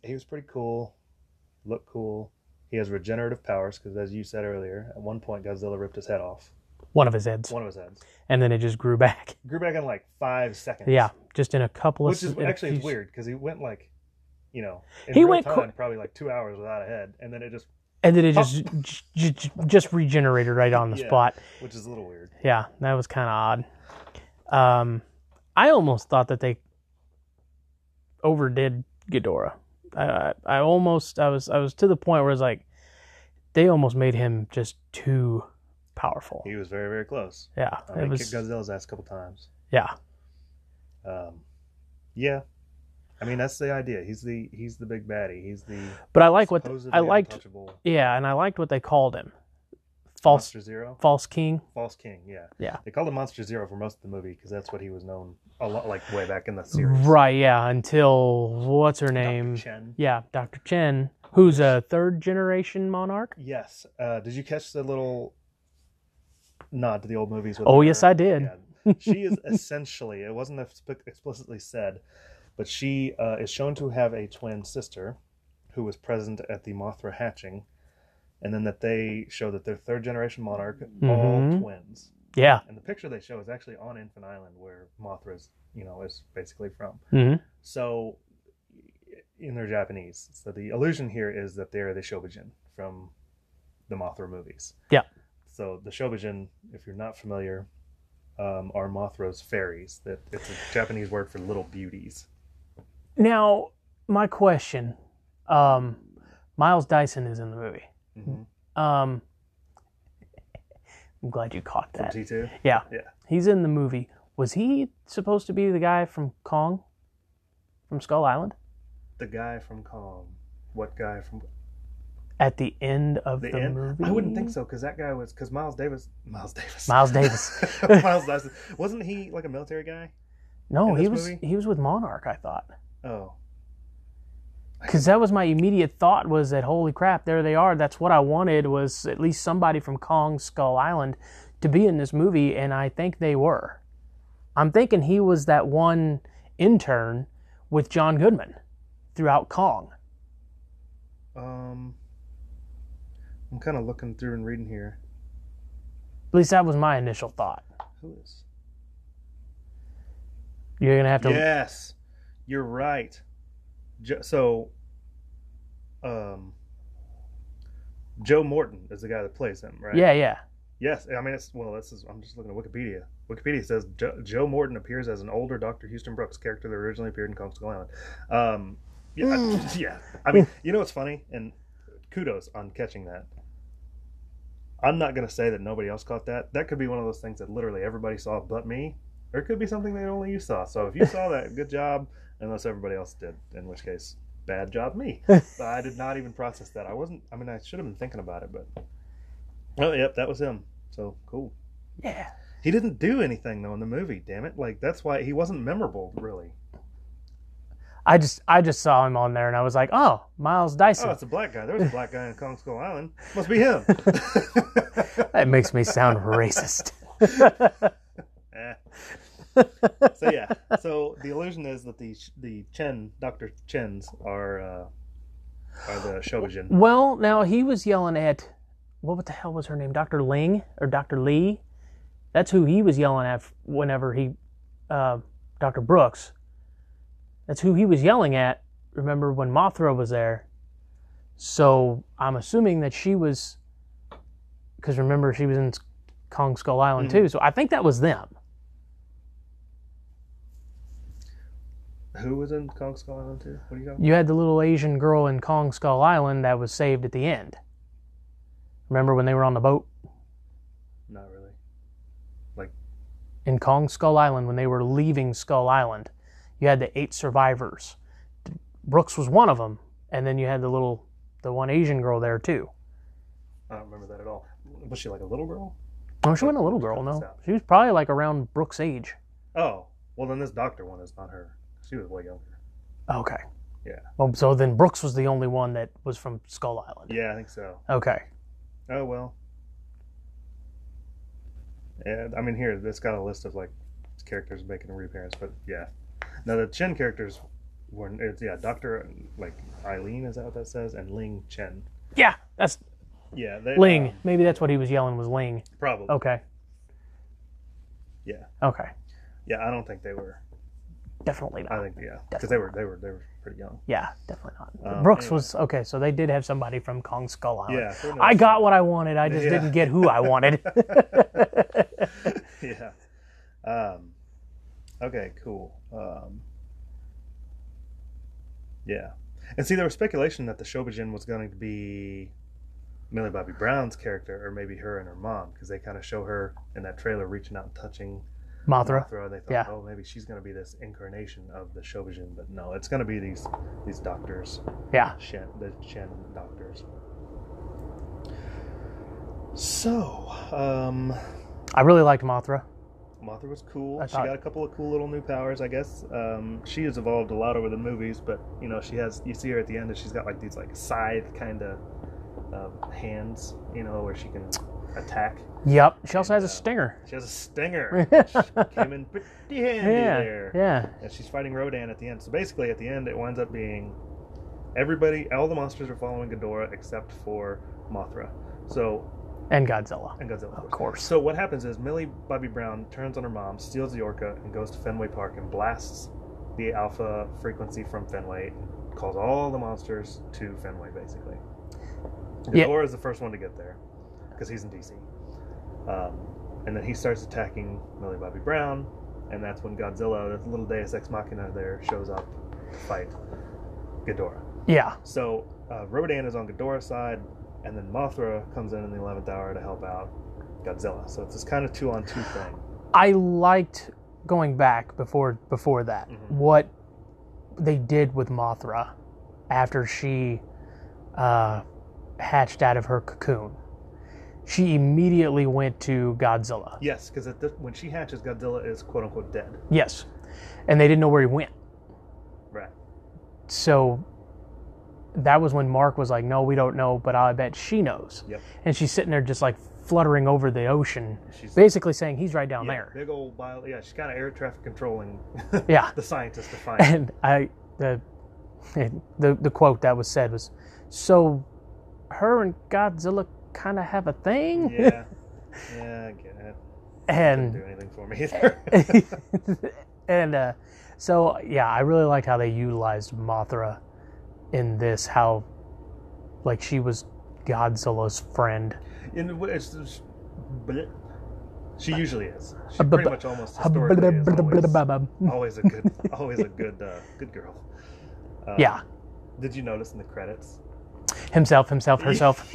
he was pretty cool, looked cool. He has regenerative powers because, as you said earlier, at one point Godzilla ripped his head off,
one of his heads,
one of his heads.
and then it just grew back.
Grew back in like five seconds.
Yeah, just in a couple of.
which is
in a
actually it's
few-
weird because he went like, you know, in
He
real
went
time,
qu-
probably like two hours without a head, and then it just,
And then it just j- j- just regenerated right on the
Yeah.
spot.
which is a little weird.
Yeah, that was kind of odd. Um, I almost thought that they overdid Ghidorah. I, I, I almost, I was, I was to the point where it's like, they almost made him just too powerful.
He was very very close.
Yeah,
I
it
mean,
was.
kicked Godzilla's ass a couple times.
Yeah,
Um, yeah, I mean that's the idea. He's the he's the big baddie. He's the
but I like what
supposedly
I liked.
untouchable
Yeah, and I liked what they called him, false,
Monster Zero,
false king.
False King. Yeah,
Yeah.
They called him Monster Zero for most of the movie because that's what he was known a lot like way back in the series.
Right. Yeah. Until what's her
Dr.
name?
Chen.
Yeah, Dr. Chen, who's a third generation monarch.
Yes. Uh, did you catch the little nod to the old movies? With
Oh,
her?
yes, I did.
Yeah. She is essentially, it wasn't exp- explicitly said, but she uh, is shown to have a twin sister who was present at the Mothra hatching, and then that they show that they're third generation monarch, all
Mhm.
twins.
Yeah.
And the picture they show is actually on Infant Island where Mothra is, you know, is basically from.
hmm
So, in their Japanese, so the illusion here is that they're the Shobujin from the Mothra movies.
Yeah.
So the Shobujin, if you're not familiar, um, are Mothra's fairies. That it's a Japanese word for little beauties.
Now, my question: um, Miles Dyson is in the movie. Um, I'm glad you caught
From
that.
T two.
Yeah.
Yeah.
He's in the movie. Was he supposed to be the guy from Kong, from Skull Island,
The guy from Kong. What guy from
at the end of
the,
the,
end?
movie?
I wouldn't think so because that guy was because Miles Davis. Miles Davis.
Miles Davis.
Miles Dyson. Wasn't he like a military guy?
No,
In
he
this
was
movie?
he was with Monarch. I thought.
Oh.
because that was my immediate thought was that holy crap there they are that's what i wanted was at least somebody from kong skull island to be in this movie and i think they were i'm thinking he was that one intern with john goodman throughout kong
Um, I'm kind of looking through and reading here.
at least that was my initial thought
Who is?
you're gonna have to
Yes, you're right. Jo- so, um, Joe Morton is the guy that plays him, right?
yeah yeah
Yes, I mean it's well. This is I'm just looking at Wikipedia. Wikipedia says jo- Joe Morton appears as an older Doctor Houston Brooks character that originally appeared in Comics Island. Um, yeah, I, yeah. I mean, you know what's funny, and kudos on catching that. I'm not gonna say that nobody else caught that. That could be one of those things that literally everybody saw but me, or it could be something that only you saw. So if you saw that, good job. Unless everybody else did, in which case, bad job me. I did not even process that. I wasn't. I mean, I should have been thinking about it, but oh, yep, that was him. So cool.
Yeah.
He didn't do anything though in the movie. Damn it! Like that's why he wasn't memorable, really.
I just I just saw him on there and I was like, oh, Miles Dyson.
Oh, it's a black guy. There was a black guy in Kong Skull Island. Must be him.
That makes me sound racist.
Eh. so yeah. So the illusion is that the the Chen Doctor Chens are uh, are the Shogujin.
Well, now he was yelling at what the hell was her name? Dr. Ling or Dr. Lee? That's who he was yelling at whenever he, uh, Dr. Brooks. That's who he was yelling at. Remember when Mothra was there? So I'm assuming that she was, because remember she was in Kong Skull Island too. So I think that was them.
Who was in Kong Skull Island too? What do you call?
You had the little Asian girl in Kong Skull Island that was saved at the end. Remember when they were on the boat?
Not really.
in Kong Skull Island when they were leaving Skull Island. You had the eight survivors. Brooks was one of them, and then you had the little, the one Asian girl there too.
I don't remember that at all. Was she like a little girl?
Oh, she wasn't a little girl, no. She was probably like around Brooks' age.
Oh, well then this doctor one is not her. She was way younger.
Okay.
Yeah.
Well, so then Brooks was the only one that was from Skull Island.
Yeah, I think so.
Okay.
Oh well. Yeah, I mean here it's got a list of like characters making a reappearance, but yeah. Now the Chen characters were it's yeah Doctor like Eileen is that what that says and Ling Chen.
Yeah, that's
Yeah, they,
Ling. Oh.
uh,
Maybe that's what he was yelling was Ling.
probably.
Okay.
Yeah,
Okay.
yeah. I don't think they were.
Definitely not.
I think yeah, because they were they were they were pretty young.
Yeah, definitely not.
Um,
Brooks
anyway.
was okay, so they did have somebody from Kong Skull Island.
Yeah, who knows?
I got what I wanted. I just
Yeah.
didn't get who I wanted.
yeah. Um, okay, cool. Um, yeah. And see, there was speculation that the Shobujin was going to be Millie Bobby Brown's character, or maybe her and her mom, because they kind of show her in that trailer reaching out and touching
Mothra.
Mothra. They thought,
Yeah.
oh, maybe she's going to be this incarnation of the Shobujin, but no, it's going to be these these doctors,
Yeah.
Shen, the Shen doctors. So, um,
I really liked Mothra.
Mothra was cool.
I
she
thought-
got a couple of cool little new powers, I guess. Um, she has evolved a lot over the movies, but you know, she has. You see her at the end, and she's got like these like scythe kind of um, hands, you know, where she can attack.
Yep. She also
And,
has a
uh,
stinger.
She has a stinger, which came in pretty handy
Yeah.
there.
Yeah.
And she's fighting Rodan at the end. So basically, at the end, it winds up being everybody, all the monsters are following Ghidorah except for Mothra. So
And Godzilla.
and Godzilla,
Of course.
so what happens is Millie Bobby Brown turns on her mom, steals the orca, and goes to Fenway Park and blasts the alpha frequency from Fenway, calls all the monsters to Fenway, basically.
Yeah.
Ghidorah is the first one to get there because he's in DC, um, and then he starts attacking Millie Bobby Brown, and that's when Godzilla, this little Deus Ex Machina, there shows up to fight Ghidorah.
Yeah.
So uh, Rodan is on Ghidorah's side, and then Mothra comes in in the eleventh hour to help out Godzilla. So it's this kind of two on two thing.
I liked going back before before that
Mhm.
what they did with Mothra after she uh, hatched out of her cocoon. She immediately went to Godzilla.
Yes, because when she hatches, Godzilla is quote unquote dead.
Yes. And they didn't know where he went.
Right.
So that was when Mark was like, No, we don't know, but I bet she knows.
Yep.
And she's sitting there just like fluttering over the ocean,
She's
basically saying he's right down
yeah,
there.
Big old bio. Yeah, she's kind of air traffic controlling
Yeah.
the scientists to find.
And I the the the quote that was said was so her and Godzilla kinda have a thing?
yeah. Yeah, I get it. Didn't
and
do anything for me either.
and uh, so yeah, I really liked how they utilized Mothra in this. How like she was Godzilla's friend.
and it's, it's bleh. She usually is. She
Uh, bu-
pretty
bu-
much almost historically is always,
Yeah.
always a good, always a good, uh, good girl. Uh, Did you notice in the credits?
Himself, himself, herself.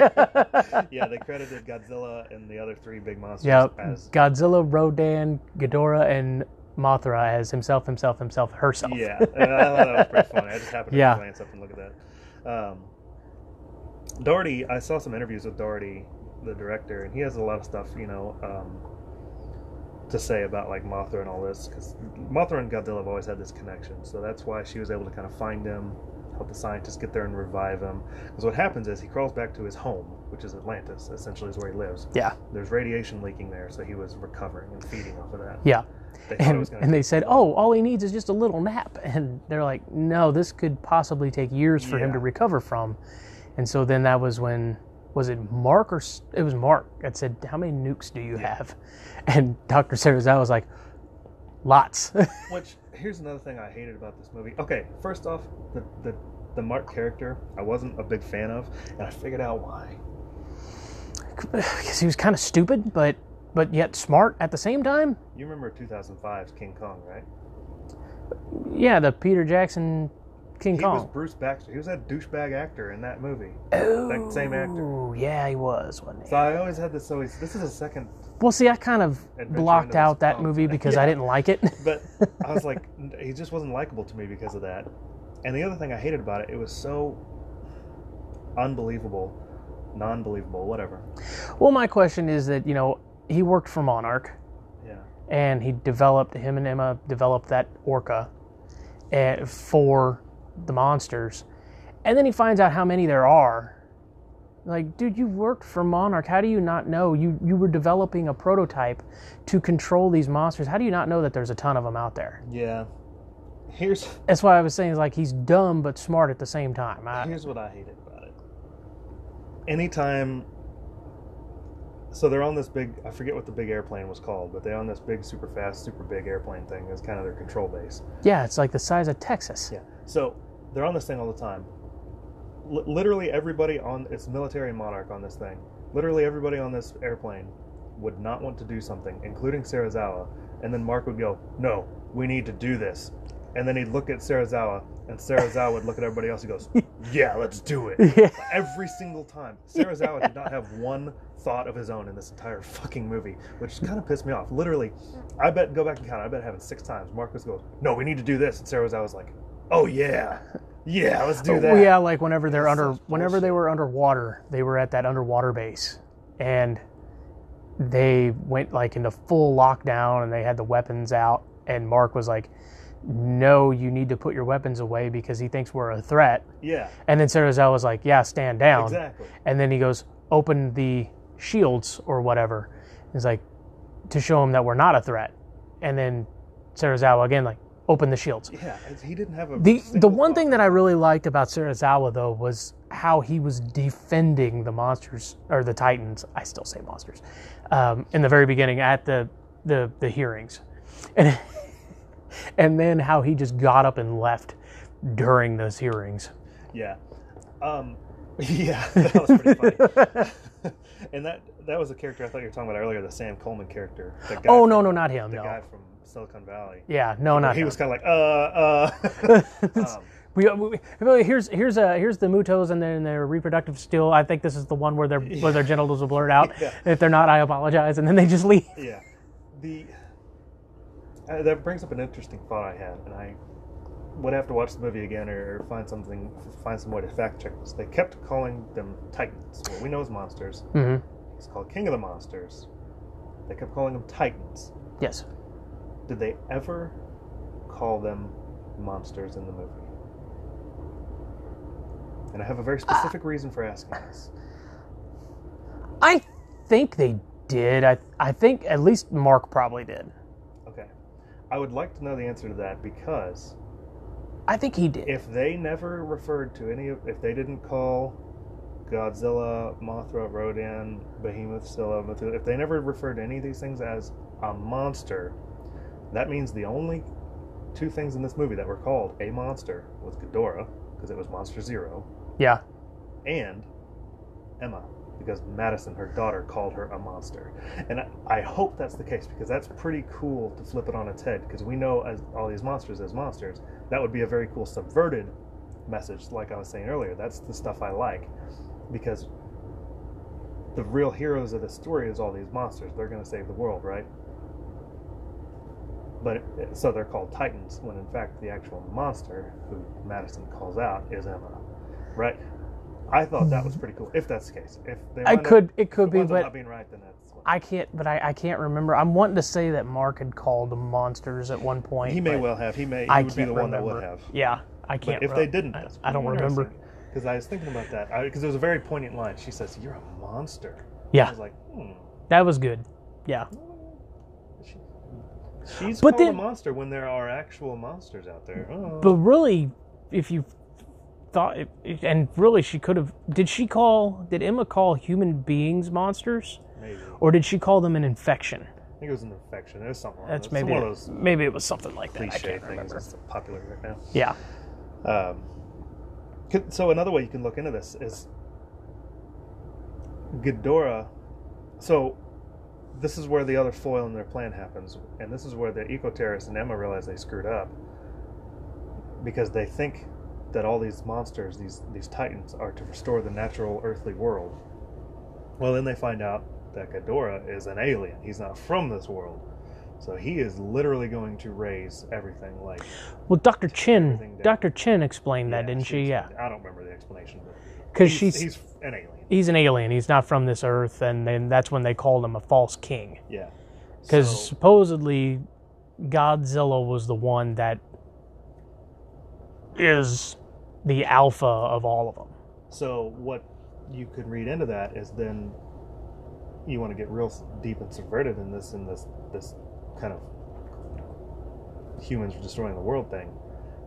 yeah. Yeah, they credited Godzilla and the other three big monsters
Yeah,
as
Godzilla, Rodan, Ghidorah, and Mothra as himself, himself, himself, herself.
Yeah, and I thought that was pretty funny. I just happened to
Yeah.
glance up and look at that. Um, Doherty, I saw some interviews with Doherty, the director, and he has a lot of stuff, you know, um, to say about like Mothra and all this because Mothra and Godzilla have always had this connection, so that's why she was able to kind of find him, help the scientists get there and revive him. Because what happens is he crawls back to his home, which is Atlantis, essentially is where he lives.
Yeah.
There's radiation leaking there, so he was recovering and feeding off of that.
Yeah.
They thought it
And,
was gonna
and they
take
said, oh, all he needs is just a little nap. And they're like, no, this could possibly take years for him
Yeah.
to recover from. And so then that was when, was it Mark or, S- it was Mark that said, how many nukes do you have? And Dr. Sarazawa was like, lots.
Which here's another thing I hated about this movie. Okay, first off, the the, the Mark character I wasn't a big fan of, and I figured out why.
Because he was kind of stupid, but but yet smart at the same time.
You remember 2005's King Kong, right?
Yeah, the Peter Jackson King
He
Kong.
was Bruce Baxter. He was that douchebag actor in that movie. That same actor.
Ooh, yeah, he was, wasn't he?
So I always had this always. This is a second,
Well, see, I kind of
Adventure into
blocked
the
out that
Spawn.
movie because I
Yeah.
didn't like it.
but I was like, he just wasn't likable to me because of that. And the other thing I hated about it, it was so unbelievable, non-believable, whatever.
well, my question is that you know he worked for Monarch,
Yeah.
and he developed him and Emma developed that orca eh, for the monsters, and then he finds out how many there are. Like, dude, you worked for Monarch. How do you not know you you were developing a prototype to control these monsters? How do you not know that there's a ton of them out there?
Yeah. Here's
That's why I was saying is like he's dumb but smart at the same time. I,
Here's what I hated about it. Anytime. So they're on this big. I forget what the big airplane was called, but they're on this big, super fast, super big airplane thing. It's kind of their control base.
yeah, it's like the size of Texas.
Yeah. So they're on this thing all the time. L- literally everybody on it's military monarch on this thing. Literally everybody on this airplane would not want to do something, including Sarazawa. And then Mark would go, "No, we need to do this." And then he'd look at Sarazawa, and Sarazawa would look at everybody else. He goes, "Yeah, let's do it."
Yeah.
Every single time, Sarazawa did not have one thought of his own in this entire fucking movie, which kind of pissed me off. Literally, I bet go back and count. I bet it happened six times. Marcus goes, "No, we need to do this," and Sarazawa's like, "Oh yeah, yeah, let's do that."
Oh, Yeah, like whenever they're
That's
under
such
whenever they
bullshit.
were underwater, they were at that underwater base and they went like into full lockdown and they had the weapons out and Mark was like no, you need to put your weapons away because he thinks we're a threat.
Yeah,
And then Sarazawa was like, "Yeah, stand down."
exactly.
And then he goes, "Open the shields or whatever." He's like, to show him that we're not a threat. And then Sarazawa again, like, open the shields.
Yeah, it's- he didn't have a
The the
single
one
thought.
thing that I really liked about Sarazawa though was how he was defending the monsters or the titans. I still say monsters. Um, in the very beginning at the the the hearings, and and then how he just got up and left during those hearings.
Yeah, um, yeah, that was pretty funny. and that that was a character I thought you were talking about earlier, the Sam Coleman character. The guy
Oh
from-
no, no, not him.
the
No.
guy from Silicon Valley.
Yeah, no, not
he
him.
was kind of like, uh, uh. um,
We, we, we- here's here's uh here's the mutos and then their reproductive still. I think this is the one where their where their genitals are blurred out.
Yeah.
If they're not, I apologize, and then they just leave.
yeah, the uh, that brings up an interesting thought I had, and I would have to watch the movie again or find something, find some way to fact check this. They kept calling them Titans. What we know as monsters.
hmm
It's called King of the Monsters. They kept calling them Titans.
Yes.
Did they ever call them monsters in the movie? And I have a very specific reason for asking this.
I think they did. I I think at least Mark probably did.
Okay. I would like to know the answer to that because
I think he did.
if they never referred to any of, if they didn't call Godzilla, Mothra, Rodan, Behemoth, Scylla, Mithila, if they never referred to any of these things as a monster, that means the only two things in this movie that were called a monster was Ghidorah, because it was Monster Zero,
Yeah.
and Emma. because Madison, her daughter, called her a monster. And I, I hope that's the case because that's pretty cool to flip it on its head because we know as all these monsters as monsters. That would be a very cool subverted message, like I was saying earlier. That's the stuff I like because the real heroes of the story is all these monsters. They're going to save the world, right? But so they're called Titans when in fact the actual monster who Madison calls out is Emma, right? I thought that was pretty cool. If that's the case, if they
Hmm. I
wind up-
could, it
if
could
it
be,
winds up
but
not being right, then that's what-
I can't. But I, I can't remember. I'm wanting to say that Mark had called them monsters at one point.
he may
but
well have. He may. He
I
would be
can't
the one that would
remember.
have.
Yeah, I can't.
But if
re-
they didn't,
I,
that's
I don't remember.
Because I was thinking about that. Because it was a very poignant line. She says, "You're a monster." I
Yeah,
was like, hmm.
that was good. Yeah,
She, she's
But
called a
then-
monster when there are actual monsters out there. Oh.
but really, if you thought, and really, she could have. Did she call? Did Emma call human beings monsters,
maybe.
or did she call them an infection?
I think it was an infection. It was something. like
That's
that. It's
maybe
one of those
maybe it was something like that. I
cliche
can't
things
remember.
that's popular right now.
Yeah,
Um, could- so another way you can look into this is Ghidorah. So this is where the other foil in their plan happens, and this is where the eco terrorists and Emma realize they screwed up because they think that all these monsters, these these titans, are to restore the natural earthly world. Well, then they find out that Ghidorah is an alien. He's not from this world. So he is literally going to raise everything like
well, Doctor Chin,
everything down.
Doctor Chin explained that,
yeah,
didn't she? Yeah,
explained- I don't remember the explanation, but
because
he's-
she's
he's an alien.
he's an alien. He's not from this earth, and then that's when they called him a false king.
Yeah,
Because
So-
supposedly, Godzilla was the one that is the alpha of all of them.
so what you could read into that is then you want to get real s- deep and subverted in this in this this kind of humans destroying the world thing.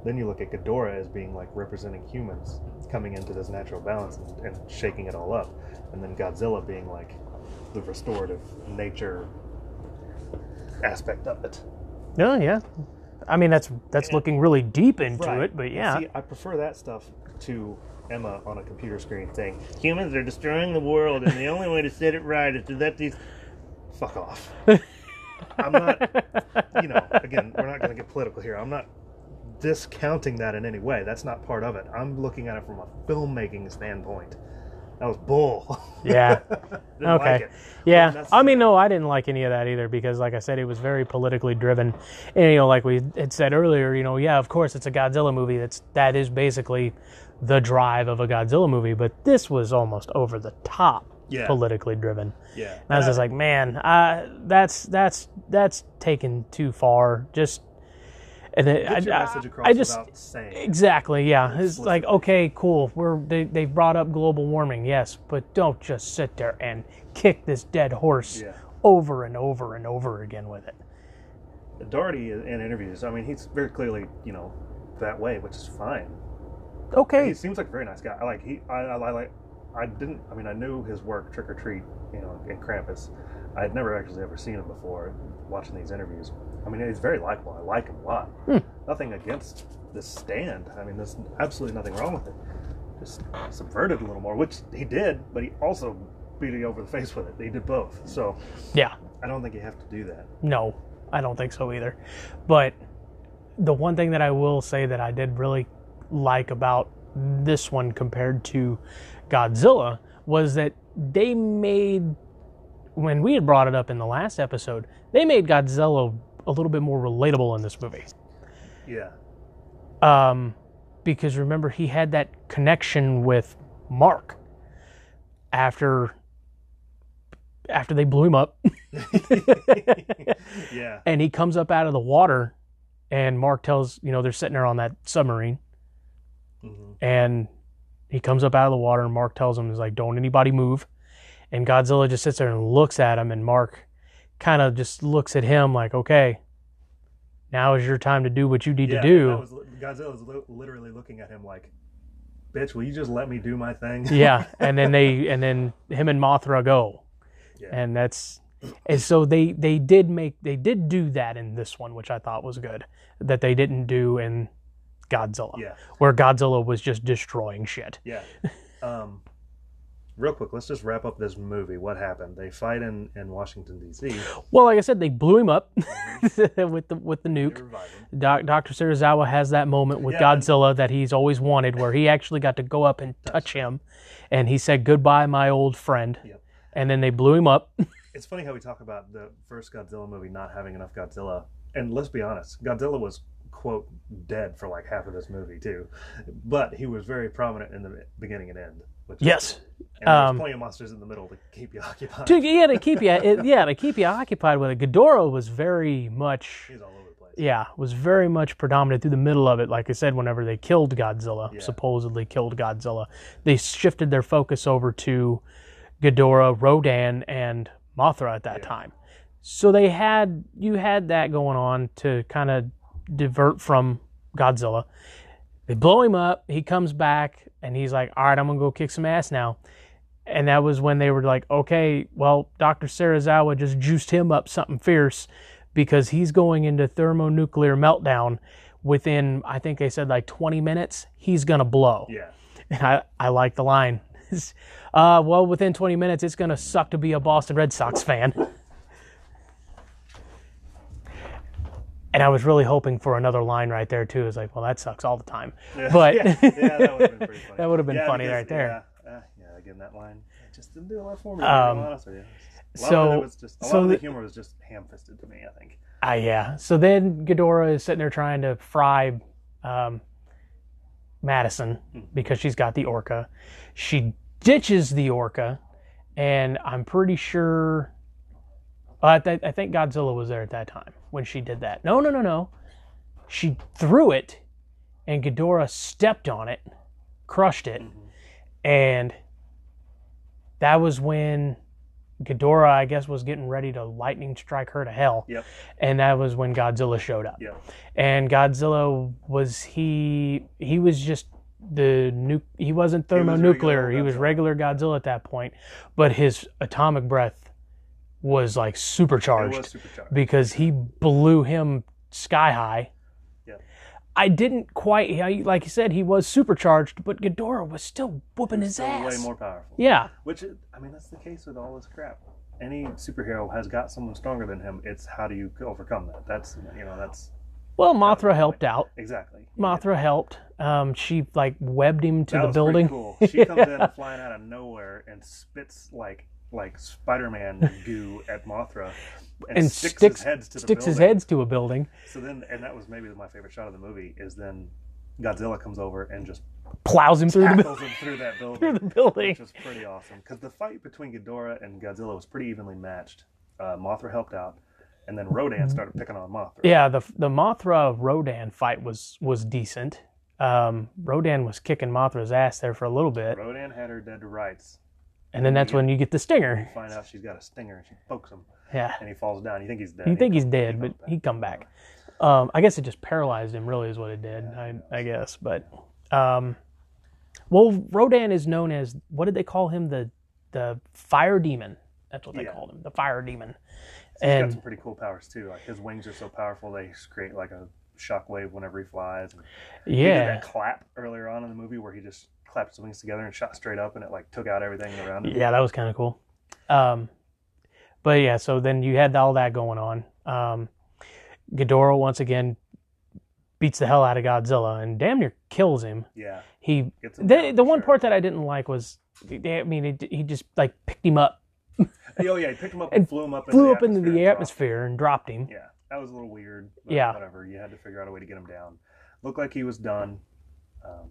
Then you look at Ghidorah as being like representing humans coming into this natural balance and, and shaking it all up, and then Godzilla being like the restorative nature aspect of it.
Oh yeah, I mean that's that's looking really deep into
Right.
it, but
And
yeah,
See, I prefer that stuff to Emma on a computer screen saying, humans are destroying the world, and the only way to set it right is to let these. Fuck off. I'm not, you know, again, we're not going to get political here. I'm not discounting that in any way. That's not part of it. I'm looking at it from a filmmaking standpoint. That was bull.
yeah,
Didn't like
okay,
it. Wasn't
yeah.
necessary.
I mean, no, I didn't like any of that either because, like I said, it was very politically driven. And you know, like we had said earlier, you know, yeah, of course it's a Godzilla movie. That's that is basically the drive of a Godzilla movie, but this was almost over the top
Yeah.
politically driven.
Yeah.
And I was just like, man, uh, that's that's that's taken too far. Just and then
Get your
I,
message
I-
across
I just
without saying.
exactly yeah. It's like okay, cool. We're they they've brought up global warming, yes, but don't just sit there and kick this dead horse
Yeah.
over and over and over again with it.
Doherty in interviews, I mean, he's very clearly, you know, that way, which is fine. he
Okay,
seems like a very nice guy. I like he. I, I, I like. I didn't. I mean, I knew his work, Trick or Treat, you know, and Krampus. I had never actually ever seen him before. Watching these interviews, I mean, he's very likable. I like him a lot.
Hmm.
Nothing against this stand. I mean, there's absolutely nothing wrong with it. Just subverted a little more, which he did, but he also beat it over the face with it. He did both. So
yeah,
I don't think you have to do that.
no, I don't think so either. But the one thing that I will say that I did really like about this one compared to Godzilla was that they made when we had brought it up in the last episode, they made Godzilla a little bit more relatable in this movie.
Yeah.
Um, because remember he had that connection with Mark after after they blew him up
Yeah.
and he comes up out of the water and mark tells you know they're sitting there on that submarine
Mhm.
and he comes up out of the water and mark tells him he's like don't anybody move and godzilla just sits there and looks at him and mark kind of just looks at him like okay now is your time to do what you need
yeah,
to do
that Was, Godzilla's li- literally looking at him like, "Bitch, will you just let me do my thing?"
yeah and then they and then him and mothra go
Yeah.
and that's and so they they did make they did do that in this one which i thought was good that they didn't do in godzilla
Yeah,
where godzilla was just destroying shit
yeah. Um, real quick, let's just wrap up this movie. What happened? They fight in, in Washington D.C.
Well, like I said, they blew him up with the with the
They
nuke.
revive him.
Doc, Dr. Serizawa has that moment with
Yeah, and-
Godzilla that he's always wanted, where he actually got to go up and touch him, and he said, "Goodbye, my old friend."
Yep.
And then they blew him up.
It's funny how we talk about the first Godzilla movie not having enough Godzilla, and let's be honest, Godzilla was quote dead for like half of this movie too, but he was very prominent in the beginning and end. Which
yes.
and there was
um,
plenty of monsters in the middle to keep you occupied.
To, yeah, to keep you, it, yeah, to keep you occupied with it. Ghidorah was very much,
He's all over the place.
yeah, was very much predominant through the middle of it. Like I said, whenever they killed Godzilla,
Yeah.
supposedly killed Godzilla, they shifted their focus over to Ghidorah, Rodan, and Mothra at that
Yeah.
time. So they had you had that going on to kind of divert from Godzilla. They blow him up. He comes back and he's like, "All right, I'm gonna go kick some ass now." And that was when they were like, "Okay, well, Doctor Sarazawa just juiced him up something fierce because he's going into thermonuclear meltdown." Within, I think they said like 20 minutes, he's gonna blow.
Yeah.
And I, I like the line. uh, well, within 20 minutes, it's going to suck to be a Boston Red Sox fan. And I was really hoping for another line right there, too. It's like, well, that sucks all the time. But
yeah, yeah, that would have been pretty funny.
That would've been
Yeah,
funny
because-
right there.
Yeah, uh, yeah, again, that line it just didn't do a lot for me. Um,
Um,
honest with you. A lot
so-
of it was just a lot
so
of the
the-
humor was just ham-fisted to me. I think.
Ah, yeah. So then Ghidorah is sitting there trying to fry um, Madison because she's got the orca. She ditches the orca, and I'm pretty sure. Well, I, th- I think Godzilla was there at that time when she did that. No, no, no, no. She threw it, and Ghidorah stepped on it, crushed it,
Mm-hmm.
and that was when Ghidorah, I guess, was getting ready to lightning strike her to hell
Yep.
and that was when Godzilla showed up.
Yep.
And Godzilla was he he was just the nu- he wasn't
regular
thermonuclear. He was,
Godzilla.
regular Godzilla at that point, but his atomic breath was like supercharged
It was supercharged.
because he blew him sky high.
Yep.
I didn't quite I- like you said he was supercharged, but Ghidorah was still whooping his
So
ass.
Way more powerful.
yeah,
Which is, I mean, that's the case with all this crap. Any superhero has got someone stronger than him. It's how do you overcome that? That's you know that's
well, Mothra helped out.
exactly.
Mothra helped. Um, she like webbed him to
That
the
was
building.
Pretty cool. She comes in flying out of nowhere and spits like like Spider-Man goo at Mothra, and,
and
sticks,
sticks,
his heads to
sticks
the
his
building.
heads to a building.
So then, and that was maybe my favorite shot of the movie is then Godzilla comes over and just
Plows him through the,
tackles him through that building,
through the building.
which was pretty awesome. Because the fight between Ghidorah and Godzilla was pretty evenly matched. Uh, Mothra helped out, and then Rodan started picking on Mothra.
Yeah, the the Mothra Rodan fight was was decent. Um, Rodan was kicking Mothra's ass there for a little bit,
Rodan had her dead to rights.
and then that's when you get the stinger.
Find out she's got a stinger and she pokes him,
Yeah,
and he falls down. You think he's dead?
you
He
think he's
comes-
dead, but
comes back.
he come back. Um, I guess it just paralyzed him. Really, is what it did. I I guess, but um, well, Rodan is known as what did they call him? The the fire demon. That's what they
Yeah.
called him. The fire demon.
He's got
and
some pretty cool powers too. Like his wings are so powerful they create like a shockwave whenever he flies. And He did
yeah,
that clap earlier on in the movie where he just clapped his wings together and shot straight up and it like took out everything around him.
Yeah, that was kind of cool. Um, but yeah, so then you had all that going on. Um, Ghidorah once again beats the hell out of Godzilla and damn near kills him.
Yeah.
He
Gets him
the,
down
the
for
one
sure.
part that I didn't like was I mean it, he just like picked him up,
Oh yeah, he picked him up and,
and
flew him up
flew up into the
and dropped
atmosphere and dropped him.
him. Yeah. That was a little weird. But
Yeah.
Whatever. You had to figure out a way to get him down. Looked like he was done. Um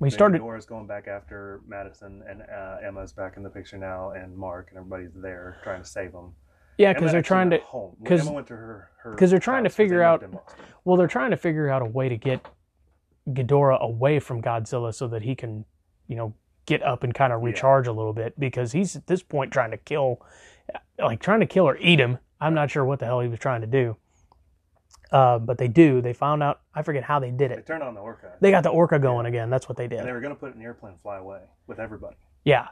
We started
Dora's going back after Madison and uh, Emma's back in the picture now and Mark and everybody's there trying to save him.
yeah because they're
actually
trying to
went home. Well,
'cause-
Emma went to her- her
'cause they're trying to
house 'cause they
figure out-
lived in Boston.
well they're trying to figure out a way to get Ghidorah away from Godzilla so that he can you know get up and kind of recharge a little bit because he's at this point trying to kill like trying to kill or eat him. I'm not sure what the hell he was trying to do. Uh, but they do. They found out. I forget how they did
They
it.
turned on the orca.
They got the orca going again. That's what they
And they
did.
were going to put an airplane and fly away with everybody.
Yeah,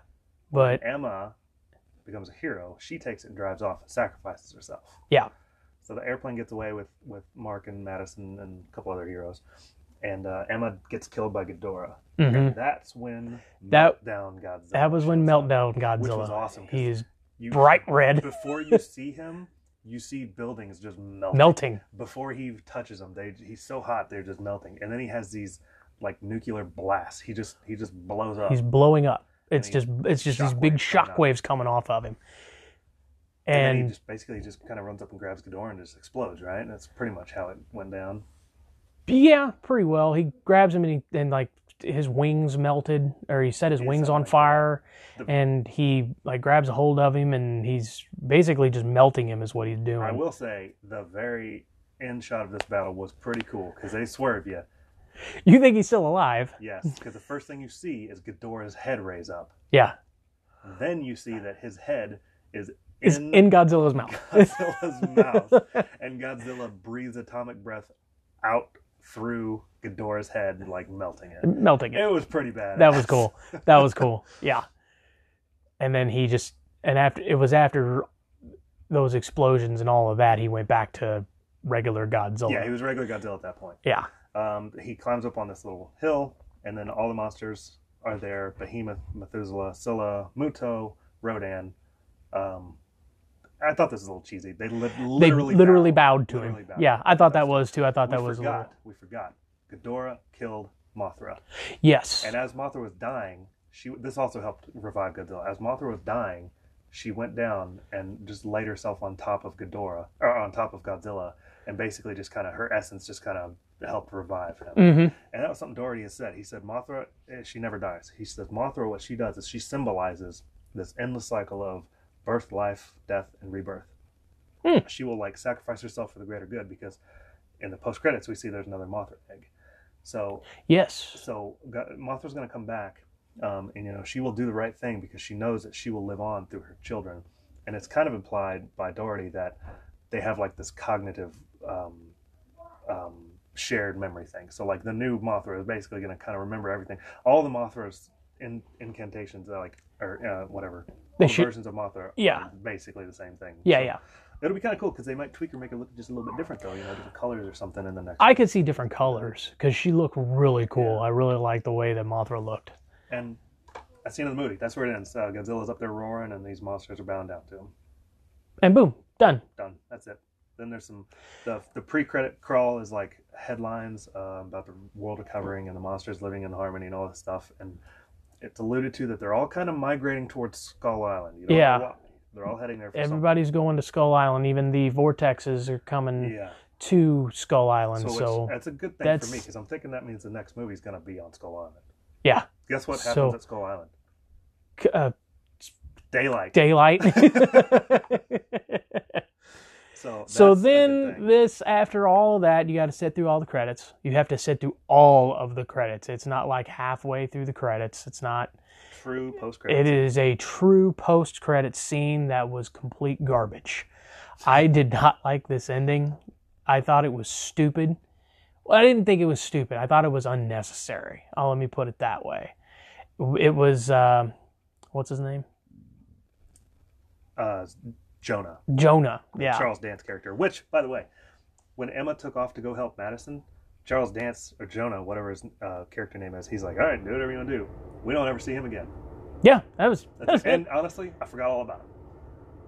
but
Emma becomes a hero. She takes it and drives off and sacrifices herself.
Yeah.
So the airplane gets away with, with Mark and Madison and a couple other heroes. and uh, Emma gets killed by Ghidorah.
hmm
And that's when
That-
Meltdown Godzilla.
That was when
shows up.
Meltdown Godzilla.
Which was awesome, 'cause
He is
You-
bright red,
Before you see him, you see buildings just melting.
melting.
Before he touches them, they he's so hot they're just melting. And then he has these like nuclear blasts. He just he just blows up.
He's blowing up. It's
he-
just it's just these big
shockwaves coming up.
shockwaves coming off of him.
and then he
And
just basically just kind of runs up and grabs Ghidorah and just explodes, right? And that's pretty much how it went down.
yeah, pretty well. He grabs him and he and like his wings melted or he set his
Yeah,
wings
something
on
like that.
fire
The-
and he like grabs a hold of him and he's basically just melting him is what he's doing.
I will say the very end shot of this battle was pretty cool because they swerve you.
You think he's still alive?
Yes, because the first thing you see is Ghidorah's head raise up.
Yeah.
Then you see that his head is
Is
in,
in Godzilla's mouth.
Godzilla's mouth, and Godzilla breathes atomic breath out through Ghidorah's head, like melting it.
melting it.
It was pretty bad.
That was cool. That was cool. Yeah. And then he just and after it was after those explosions and all of that, he went back to regular Godzilla.
Yeah, he was regular Godzilla at that point.
Yeah.
Um, he climbs up on this little hill, and then all the monsters are there: Behemoth, Methuselah, Scylla, Muto, Rodan. Um, I thought this was a little cheesy. They li-
They
literally
literally, bowed to
Literally
him.
bowed.
Yeah, I thought that was too. I thought
We
that was a
forgot.
little.
We forgot. Ghidorah killed Mothra.
Yes.
And as Mothra was dying, she this also helped revive Godzilla. As Mothra was dying, she went down and just laid herself on top of Ghidorah or on top of Godzilla, and basically just kind of her essence just kind of helped revive him.
Mhm.
And that was something Doherty has said. He said Mothra, eh, she never dies. He said Mothra, what she does is she symbolizes this endless cycle of birth, life, death, and rebirth.
Hmm.
She will like sacrifice herself for the greater good because in the post credits we see there's another Mothra egg. So
Yes.
so Go- Mothra's going to come back, um, and you know she will do the right thing because she knows that she will live on through her children, and it's kind of implied by Doherty that they have like this cognitive um, um, shared memory thing. So like the new Mothra is basically going to kind of remember everything. All the Mothra's in- incantations are like or uh, whatever.
They
All
should-
versions of Mothra are
Yeah.
basically the same thing.
Yeah,
So
yeah.
It'll be kind of cool because they might tweak or make it look just a little bit different though. You know, different colors or something in the next.
I could see different colors because she looked really cool. I really liked the way that Mothra looked.
And that's the end of the movie. That's where it ends. Uh, Godzilla's up there roaring, and these monsters are bound down to him.
And boom, done.
Done. That's it. Then there's some the the pre-credit crawl is like headlines uh, about the world recovering and the monsters living in harmony and all this stuff. And it's alluded to that they're all kind of migrating towards Skull Island. You know,
Yeah.
They're all, they're all heading there. For
Everybody's going to Skull Island. Even the vortexes are coming
Something. Yeah.
to Skull
So,
Island.
it's-
So,
that's a good thing
that's-
for me because I'm thinking that means the next movie's gonna be on Skull Island.
yeah,
Guess what happens
So-
at Skull Island?
C- uh,
Daylight.
daylight.
so
so
that's a good
then
thing.
this after all of that you got to sit through all the credits you have to sit through all of the credits it's not like halfway through the credits it's not
true
it
post credit.
is a true post-credit scene that was complete garbage i did not like this ending i thought it was stupid well, i didn't think it was stupid i thought it was unnecessary oh let me put it that way it was um what's his name
Uh, Jonah.
jonah yeah
Charles Dance character. Which, by the way, when Emma took off to go help Madison, Charles Dance or Jonah, whatever his uh, character name is, he's like, "All right, do whatever you want to do." We don't ever see him again.
yeah that was
That's it. and honestly, I forgot all about him.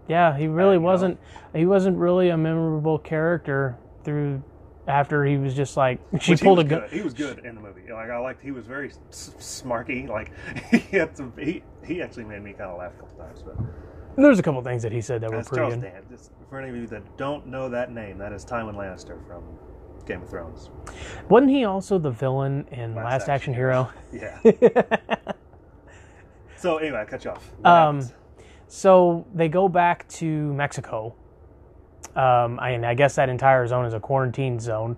Yeah, he really
you know?
wasn't. He wasn't really a memorable character through. After he was just like she
Which he
pulled a
was
gun.
good. He was good in the movie. Like I liked. He was very s- smarky. Like he had some. He, he actually made me kind of laugh a couple times. But
There's a couple things that he said that were
that's
pretty
Charles
good.
Dance. Just for any of you that don't know that name, that is Tywin Lannister from Game of Thrones.
Wasn't he also the villain in Last, Action, Hero?
Yeah. so anyway, I cut you off.
Um,
Rant.
So they go back to Mexico. Um, I, and I guess that entire zone is a quarantine zone,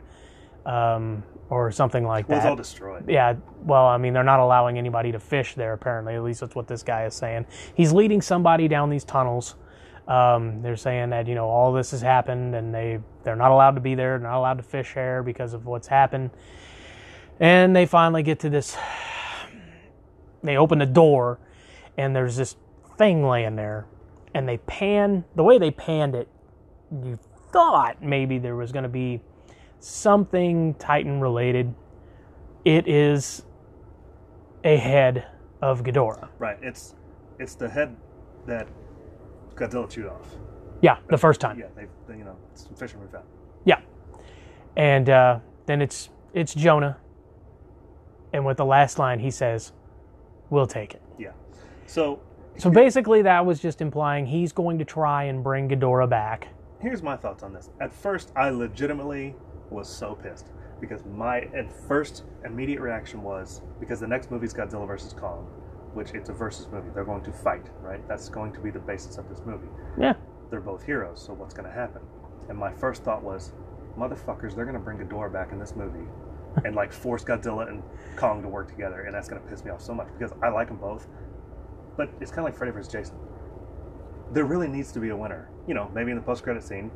um, or something like
Well, it's
that.
all destroyed.
yeah, well, I mean, they're not allowing anybody to fish there, apparently. At least that's what this guy is saying. He's leading somebody down these tunnels. Um, they're saying that, you know, all this has happened and they, they're not allowed to be there, not allowed to fish there because of what's happened. And they finally get to this. They open the door and there's this thing laying there. And they pan, the way they panned it, you thought maybe there was going to be something Titan related it is a head of Ghidorah.
Right. It's it's the head that Godzilla chewed off.
Yeah, the first time.
Yeah, they, they you know it's fisherman fat.
Yeah, and uh, then it's it's Jonah, and with the last line he says, "We'll take it."
Yeah. So
So basically, that was just implying he's going to try and bring Ghidorah back.
here's my thoughts on this. At first, I legitimately was so pissed because my at first immediate reaction was because the next movie is Godzilla versus Kong, which it's a versus movie. They're going to fight, right? That's going to be the basis of this movie.
Yeah,
They're both heroes, so what's going to happen? And my first thought was, motherfuckers, they're going to bring Ghidorah back in this movie and like force Godzilla and Kong to work together, and that's going to piss me off so much because I like them both. But it's kind of like Freddy vs. Jason. There really needs to be a winner. You know, maybe in the post-credit scene,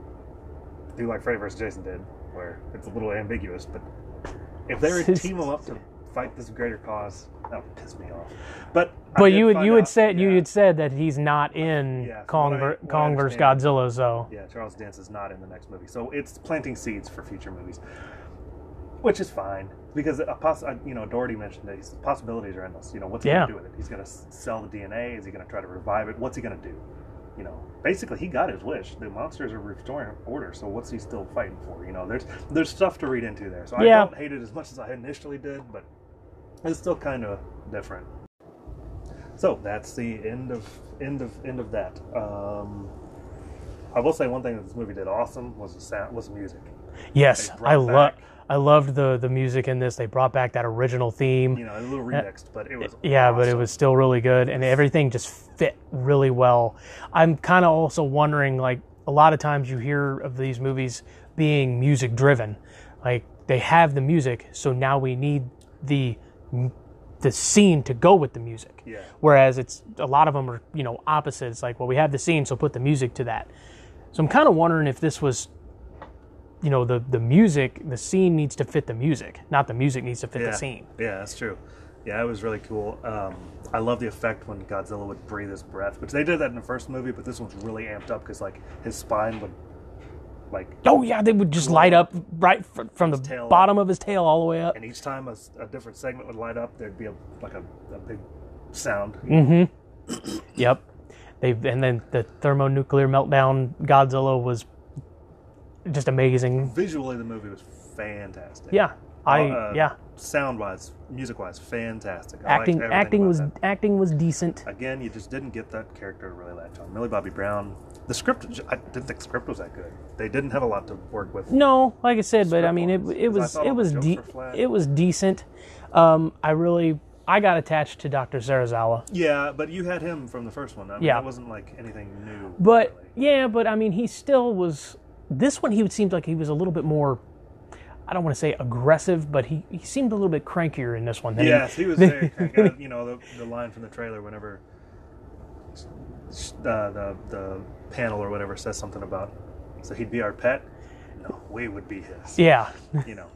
do like Freddy vs. Jason did, where it's a little ambiguous. But if they were to team 'em up to fight this greater cause, that would piss me off. But I
but
did
you would
find
you had
out-
said you
yeah.
had said that he's not in
Yeah, from
Kong
what I-
ver-
what I
Kong versus
understand.
Godzilla, so
Yeah, Charles Dance is not in the next movie, so it's planting seeds for future movies, which is fine because a poss- uh, you know Doherty mentioned that his possibilities are endless. You know, what's he
Yeah.
gonna do with it? He's gonna s- sell the DNA. Is he gonna try to revive it? What's he gonna do? You know, basically he got his wish. The monsters are restoring order, so what's he still fighting for? You know, there's there's stuff to read into there. So I
Yeah.
don't hate it as much as I initially did, but it's still kind of different. So that's the end of end of end of that. Um, I will say one thing that this movie did awesome was the sound, was the music.
yes,
They brought
I love
back-
I loved the the music in this. They brought back that original theme.
You know, a little remixed, but it was
Yeah, but it
awesome.
was still really good, and everything just fit really well. I'm kind of also wondering, like a lot of times you hear of these movies being music driven, like they have the music, so now we need the the scene to go with the music.
Yeah.
Whereas it's a lot of them are you know opposites. Like well, we have the scene, so put the music to that. So I'm kind of wondering if this was. You know the the music, the scene needs to fit the music, not the music needs to fit
yeah.
the scene.
Yeah, that's true. Yeah, it was really cool. Um, I love the effect when Godzilla would breathe his breath, which they did that in the first movie, but this one's really amped up because like his spine would like
Oh yeah, they would just light up right fr- from the
tail up.
bottom of his tail all the way up.
and each time a, s- a different segment would light up, there'd be a like a, a big sound.
Mm. Yep. They and then the thermonuclear meltdown Godzilla was just amazing.
Visually, the movie was fantastic.
Yeah. I
Uh,
yeah.
Sound wise, music wise, fantastic. I liked
Acting
everything
acting
about
was
that.
acting was decent.
again. You just didn't get that character to really latch on. Millie Bobby Brown. The script. I didn't think the script was that good. They didn't have a lot to work with.
No, like I said, but I mean it
Script-wise,
it
'cause I
was
thought
it
all the
was
jokes
de-
were flat.
it was decent. Um I really I got attached to Dr. Sarazawa.
Yeah, but you had him from the first one. I mean,
Yeah.
that wasn't like anything new.
But
really.
yeah, but I mean, he still was. This one, he would seemed like he was a little bit more. I don't want to say aggressive, but he, he seemed a little bit crankier in this one. Than
yes, he was very. crank. Uh, you know the, the line from the trailer whenever uh, the the panel or whatever says something about so he'd be our pet. No, we would be his.
yeah,
You know.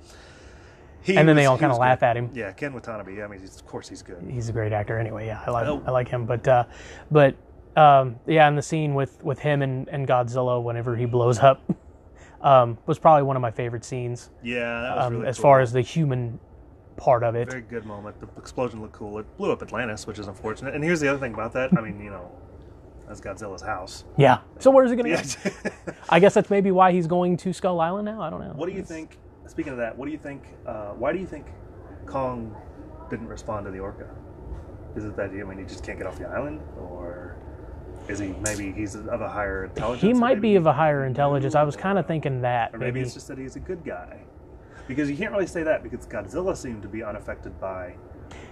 He
And then they all
he
kinda
was
laugh
good.
at him.
Yeah, Ken Watanabe. I mean, he's, of course he's good.
he's a great actor anyway. Yeah, I like
Oh.
I like him, but uh, but um, yeah, and the scene with with him and, and Godzilla whenever he blows up um, was probably one of my favorite scenes
Yeah, that was
um,
really
as
cool.
far as the human part of it.
very good moment. The explosion looked cool. It blew up Atlantis, which is unfortunate. And here's the other thing about that. I mean, you know, that's Godzilla's house.
yeah. So where is it going to
Yeah.
go? I guess that's maybe why he's going to Skull Island now. I don't know.
What do you think? Speaking of that, what do you think? Uh, why do you think Kong didn't respond to the orca? Is it that I mean he just can't get off the island, or is he maybe he's of a higher intelligence?
He might
maybe?
be of a higher intelligence. I was kind of thinking that.
or
Maybe.
maybe it's just that he's a good guy. Because you can't really say that because Godzilla seemed to be unaffected by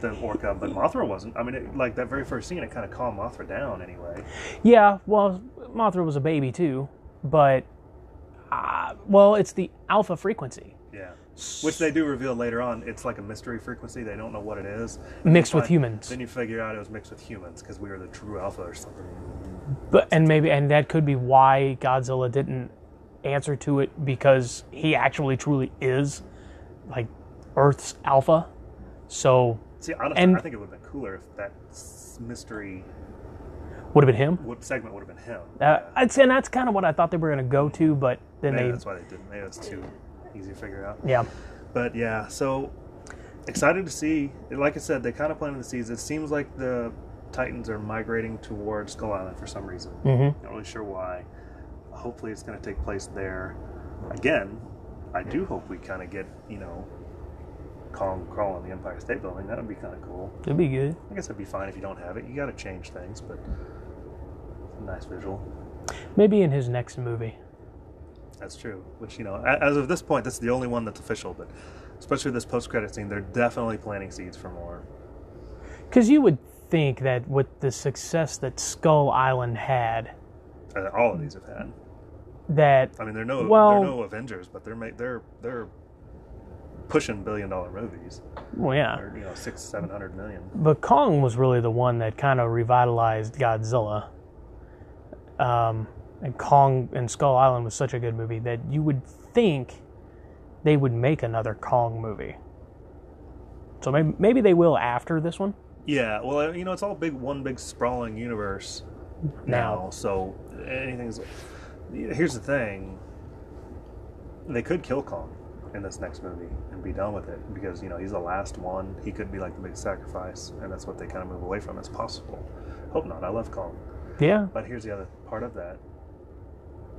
the orca, but Mothra wasn't. I mean, it, like that very first scene, it kind of calmed Mothra down anyway.
Yeah, well, Mothra was a baby too, but uh, well, it's the alpha frequency
Yeah, which they do reveal later on. It's like a mystery frequency. They don't know what it is.
mixed with
Fine.
humans.
Then you figure out it was mixed with humans because we are the true alpha or something.
But and maybe and that could be why Godzilla didn't answer to it because he actually truly is like Earth's alpha. So
See, honestly,
And-
I think it would have been cooler if that s- mystery
would have been him.
would, segment would have been him.
Uh, I'd say and that's kind of what I thought they were going to go to, but then
Maybe
they
that's why they didn't. Maybe it's too easy to figure out.
yeah.
But yeah, so excited to see. Like I said, they kind of planted the seeds. It seems like the Titans are migrating towards Skull Island for some reason.
Mm-hmm.
Not really sure why. Hopefully, it's going to take place there. Again, I do hope we kind of get you know, Kong crawling the Empire State Building. That would be kind of cool.
It'd be good.
I guess it'd be fine if you don't have it. You got to change things, but it's a nice visual.
Maybe in his next movie.
That's true. Which you know, a- as of this point, that's the only one that's official. But especially this post-credit scene, they're definitely planting seeds for more.
Because you would think that with the success that Skull Island had,
Uh, All of these have had.
that
I mean, they're no
Well-
they're no Avengers, but they're ma- they're they're pushing billion-dollar movies,
well, yeah.
or you know, six seven hundred million.
But Kong was really the one that kind of revitalized Godzilla. Um, and Kong and Skull Island was such a good movie that you would think they would make another Kong movie. So maybe, maybe they will after this one.
Yeah, well, uh, you know, it's all big one big sprawling universe now.
Now.
So anything's. Here's the thing. They could kill Kong in this next movie and be done with it because you know he's the last one. He could be like the big sacrifice, and that's what they kind of move away from. It's possible. Hope not. I love Kong,
Yeah.
but here's the other part of that.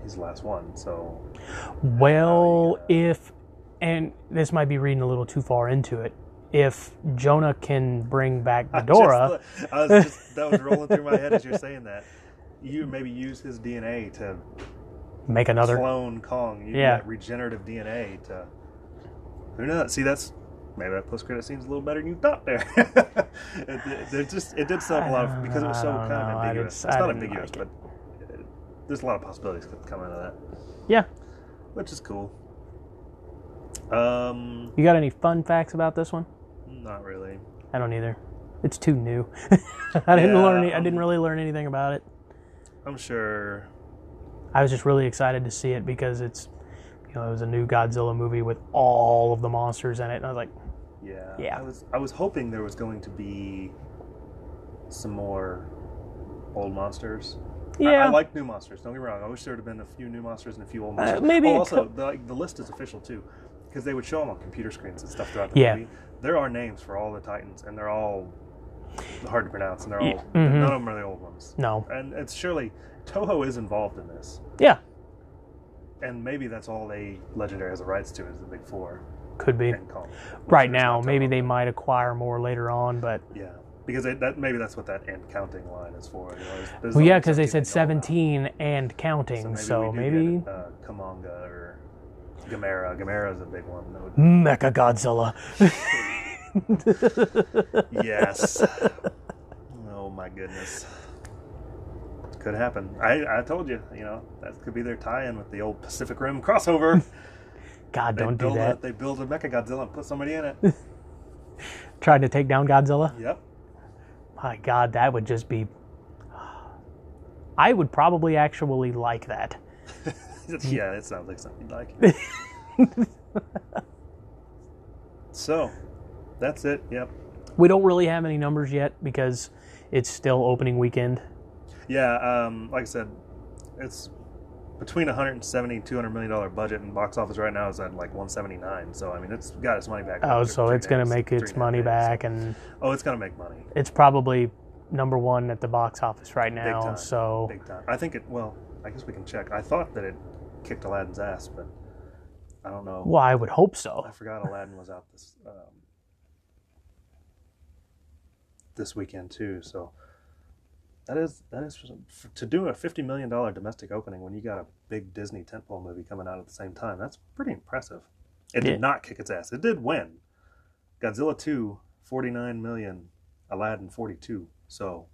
He's the last one, so
Well, if, and this might be reading a little too far into it, if Jonah can bring back
I just-
Ghidorah,
I was just, that was rolling through my head as you're saying that. You maybe use his DNA to
make another.
clone Kong. You
Yeah.
yeah. regenerative DNA to. Who knows? See, that's maybe that post credit scene's a little better than you thought there. it, it, there's just it did sum a lot of because it was so
I don't
kind
know.
of
I
ambiguous.
didn't-
it's
I
not
didn't
ambiguous,
like
but uh, there's a lot of possibilities that come out of that,
Yeah.
which is cool. Um,
You got any fun facts about this one?
not really.
I don't either. It's too new. I didn't
Yeah,
learn. Any, I
um,
didn't really learn anything about it.
I'm sure.
I was just really excited to see it because it's, you know, it was a new Godzilla movie with all of the monsters in it, and I was like,
Yeah.
Yeah.
I was I was hoping there was going to be some more old monsters. I- I,
yeah,
like new monsters. Don't get me wrong. I wish there would have been a few new monsters and a few old
Uh,
monsters.
maybe
Oh,
a
also the, like, the list is official too, because they would show them on computer screens and stuff throughout the
Yeah.
movie. There are names for all the titans, and they're all hard to pronounce, and they're all
Yeah, mhm.
none of them are the old ones.
no,
And it's surely Toho is involved in this,
yeah,
and maybe that's all they legendary has the rights to is the big four
could be.
and Kong.
Right
There's
now,
no
maybe
Toho.
they might acquire more later on, but
Yeah, because they, that maybe that's what that end counting line is for. You know, there's- there's
well,
only
yeah, because they said
17
seventeen and counting,
now.
so
we do
maybe,
get, uh, Kamonga or Gamera. Gamera's a big one. That would-
Mecha Godzilla.
yes. Oh my goodness. Could happen. I, I told you, you know, that could be their tie-in with the old Pacific Rim crossover.
God,
They
don't do
build
that.
A, they build a Mecha Godzilla and put somebody in it.
Trying to take down Godzilla.
yep.
My God, that would just be. I would probably actually like that.
yeah, it sounds like something you'd like. so, that's it. Yep.
We don't really have any numbers yet because it's still opening weekend.
Yeah, um, like I said, it's between 170 and 200 million dollar budget, and box office right now is at like 179. So I mean, it's got its money back.
Oh,
after
so
three
it's going to
days,
make
three
its
and a half
money
days.
back, and
Oh, it's gonna make money
it's probably number one at the box office right now.
time.
So
big time. I think it. Well, I guess we can check. I thought that it kicked Aladdin's ass, but I don't know.
well, I would hope
I
so.
forgot Aladdin was out this um, this weekend too. So that is that is to do a fifty million dollar domestic opening when you got a big Disney tentpole movie coming out at the same time. That's pretty impressive. It did
Yeah.
not kick its ass. It did win. Godzilla 2, 49 million. Aladdin forty two. So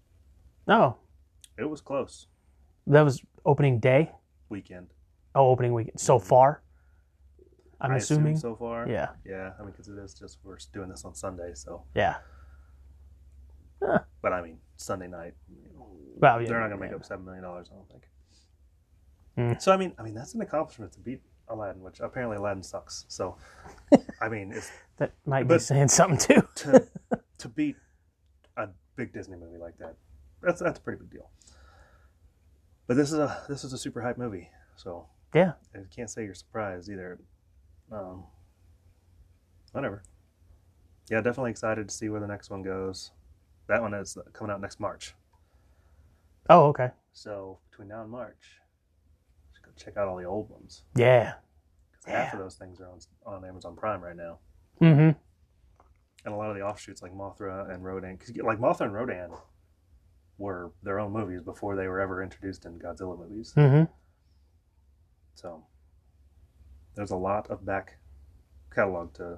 No,
it was close
that was opening day.
weekend.
Oh, opening weekend so far. I'm
Mm-hmm. I assume
assuming.
so far.
Yeah,
Yeah, I mean, because it is just we're doing this on Sunday, so.
yeah.
But I mean, Sunday night.
Well, yeah,
they're not going to make
yeah.
up seven million dollars. I don't think.
Mm.
So I mean, I mean that's an accomplishment to beat Aladdin, which apparently Aladdin sucks. So, I mean, it's
That might be
But-
saying something too.
to to beat a big Disney movie like that. That's that's a pretty big deal. But this is a this is a super hype movie, so
Yeah.
I can't say you're surprised either. Um, whatever. yeah, definitely excited to see where the next one goes. That one is coming out next March.
Oh, okay.
So between now and March, just go check out all the old ones.
Yeah.
'Cause Half of those things are on, on Amazon Prime right now.
Mm-hmm.
And a lot of the offshoots like Mothra and Rodan. Because like Mothra and Rodan were their own movies before they were ever introduced in Godzilla movies.
Mm-hmm.
So there's a lot of back catalog to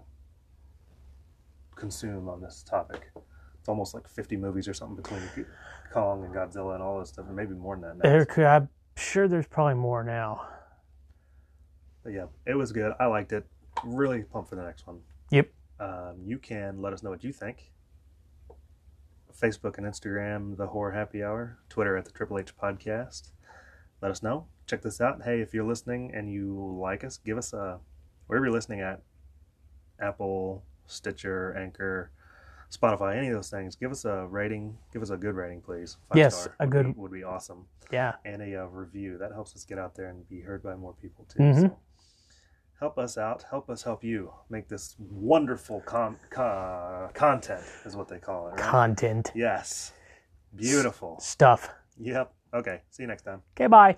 consume on this topic. It's almost like 50 movies or something between Kong and Godzilla and all this stuff, or maybe more than that. now.
I'm sure there's probably more now.
But yeah, it was good. I liked it. Really pumped for the next one.
Yep.
Um, you can let us know what you think. Facebook and Instagram, The Horror Happy Hour. Twitter at The Triple H Podcast. Let us know. Check this out. Hey, if you're listening and you like us, give us a wherever you're listening at Apple, Stitcher, Anchor, Spotify, any of those things. Give us a rating. Give us a good rating, please.
Yes, a
would
good-
be- would be awesome
Yeah.
and a uh, review. That helps us get out there and be heard by more people too.
Mhm.
So help us out. Help us help you make this wonderful con- co- content is what they call it. Right?
Content
yes. Beautiful.
stuff.
Yep. Okay. See you next time.
Okay, bye.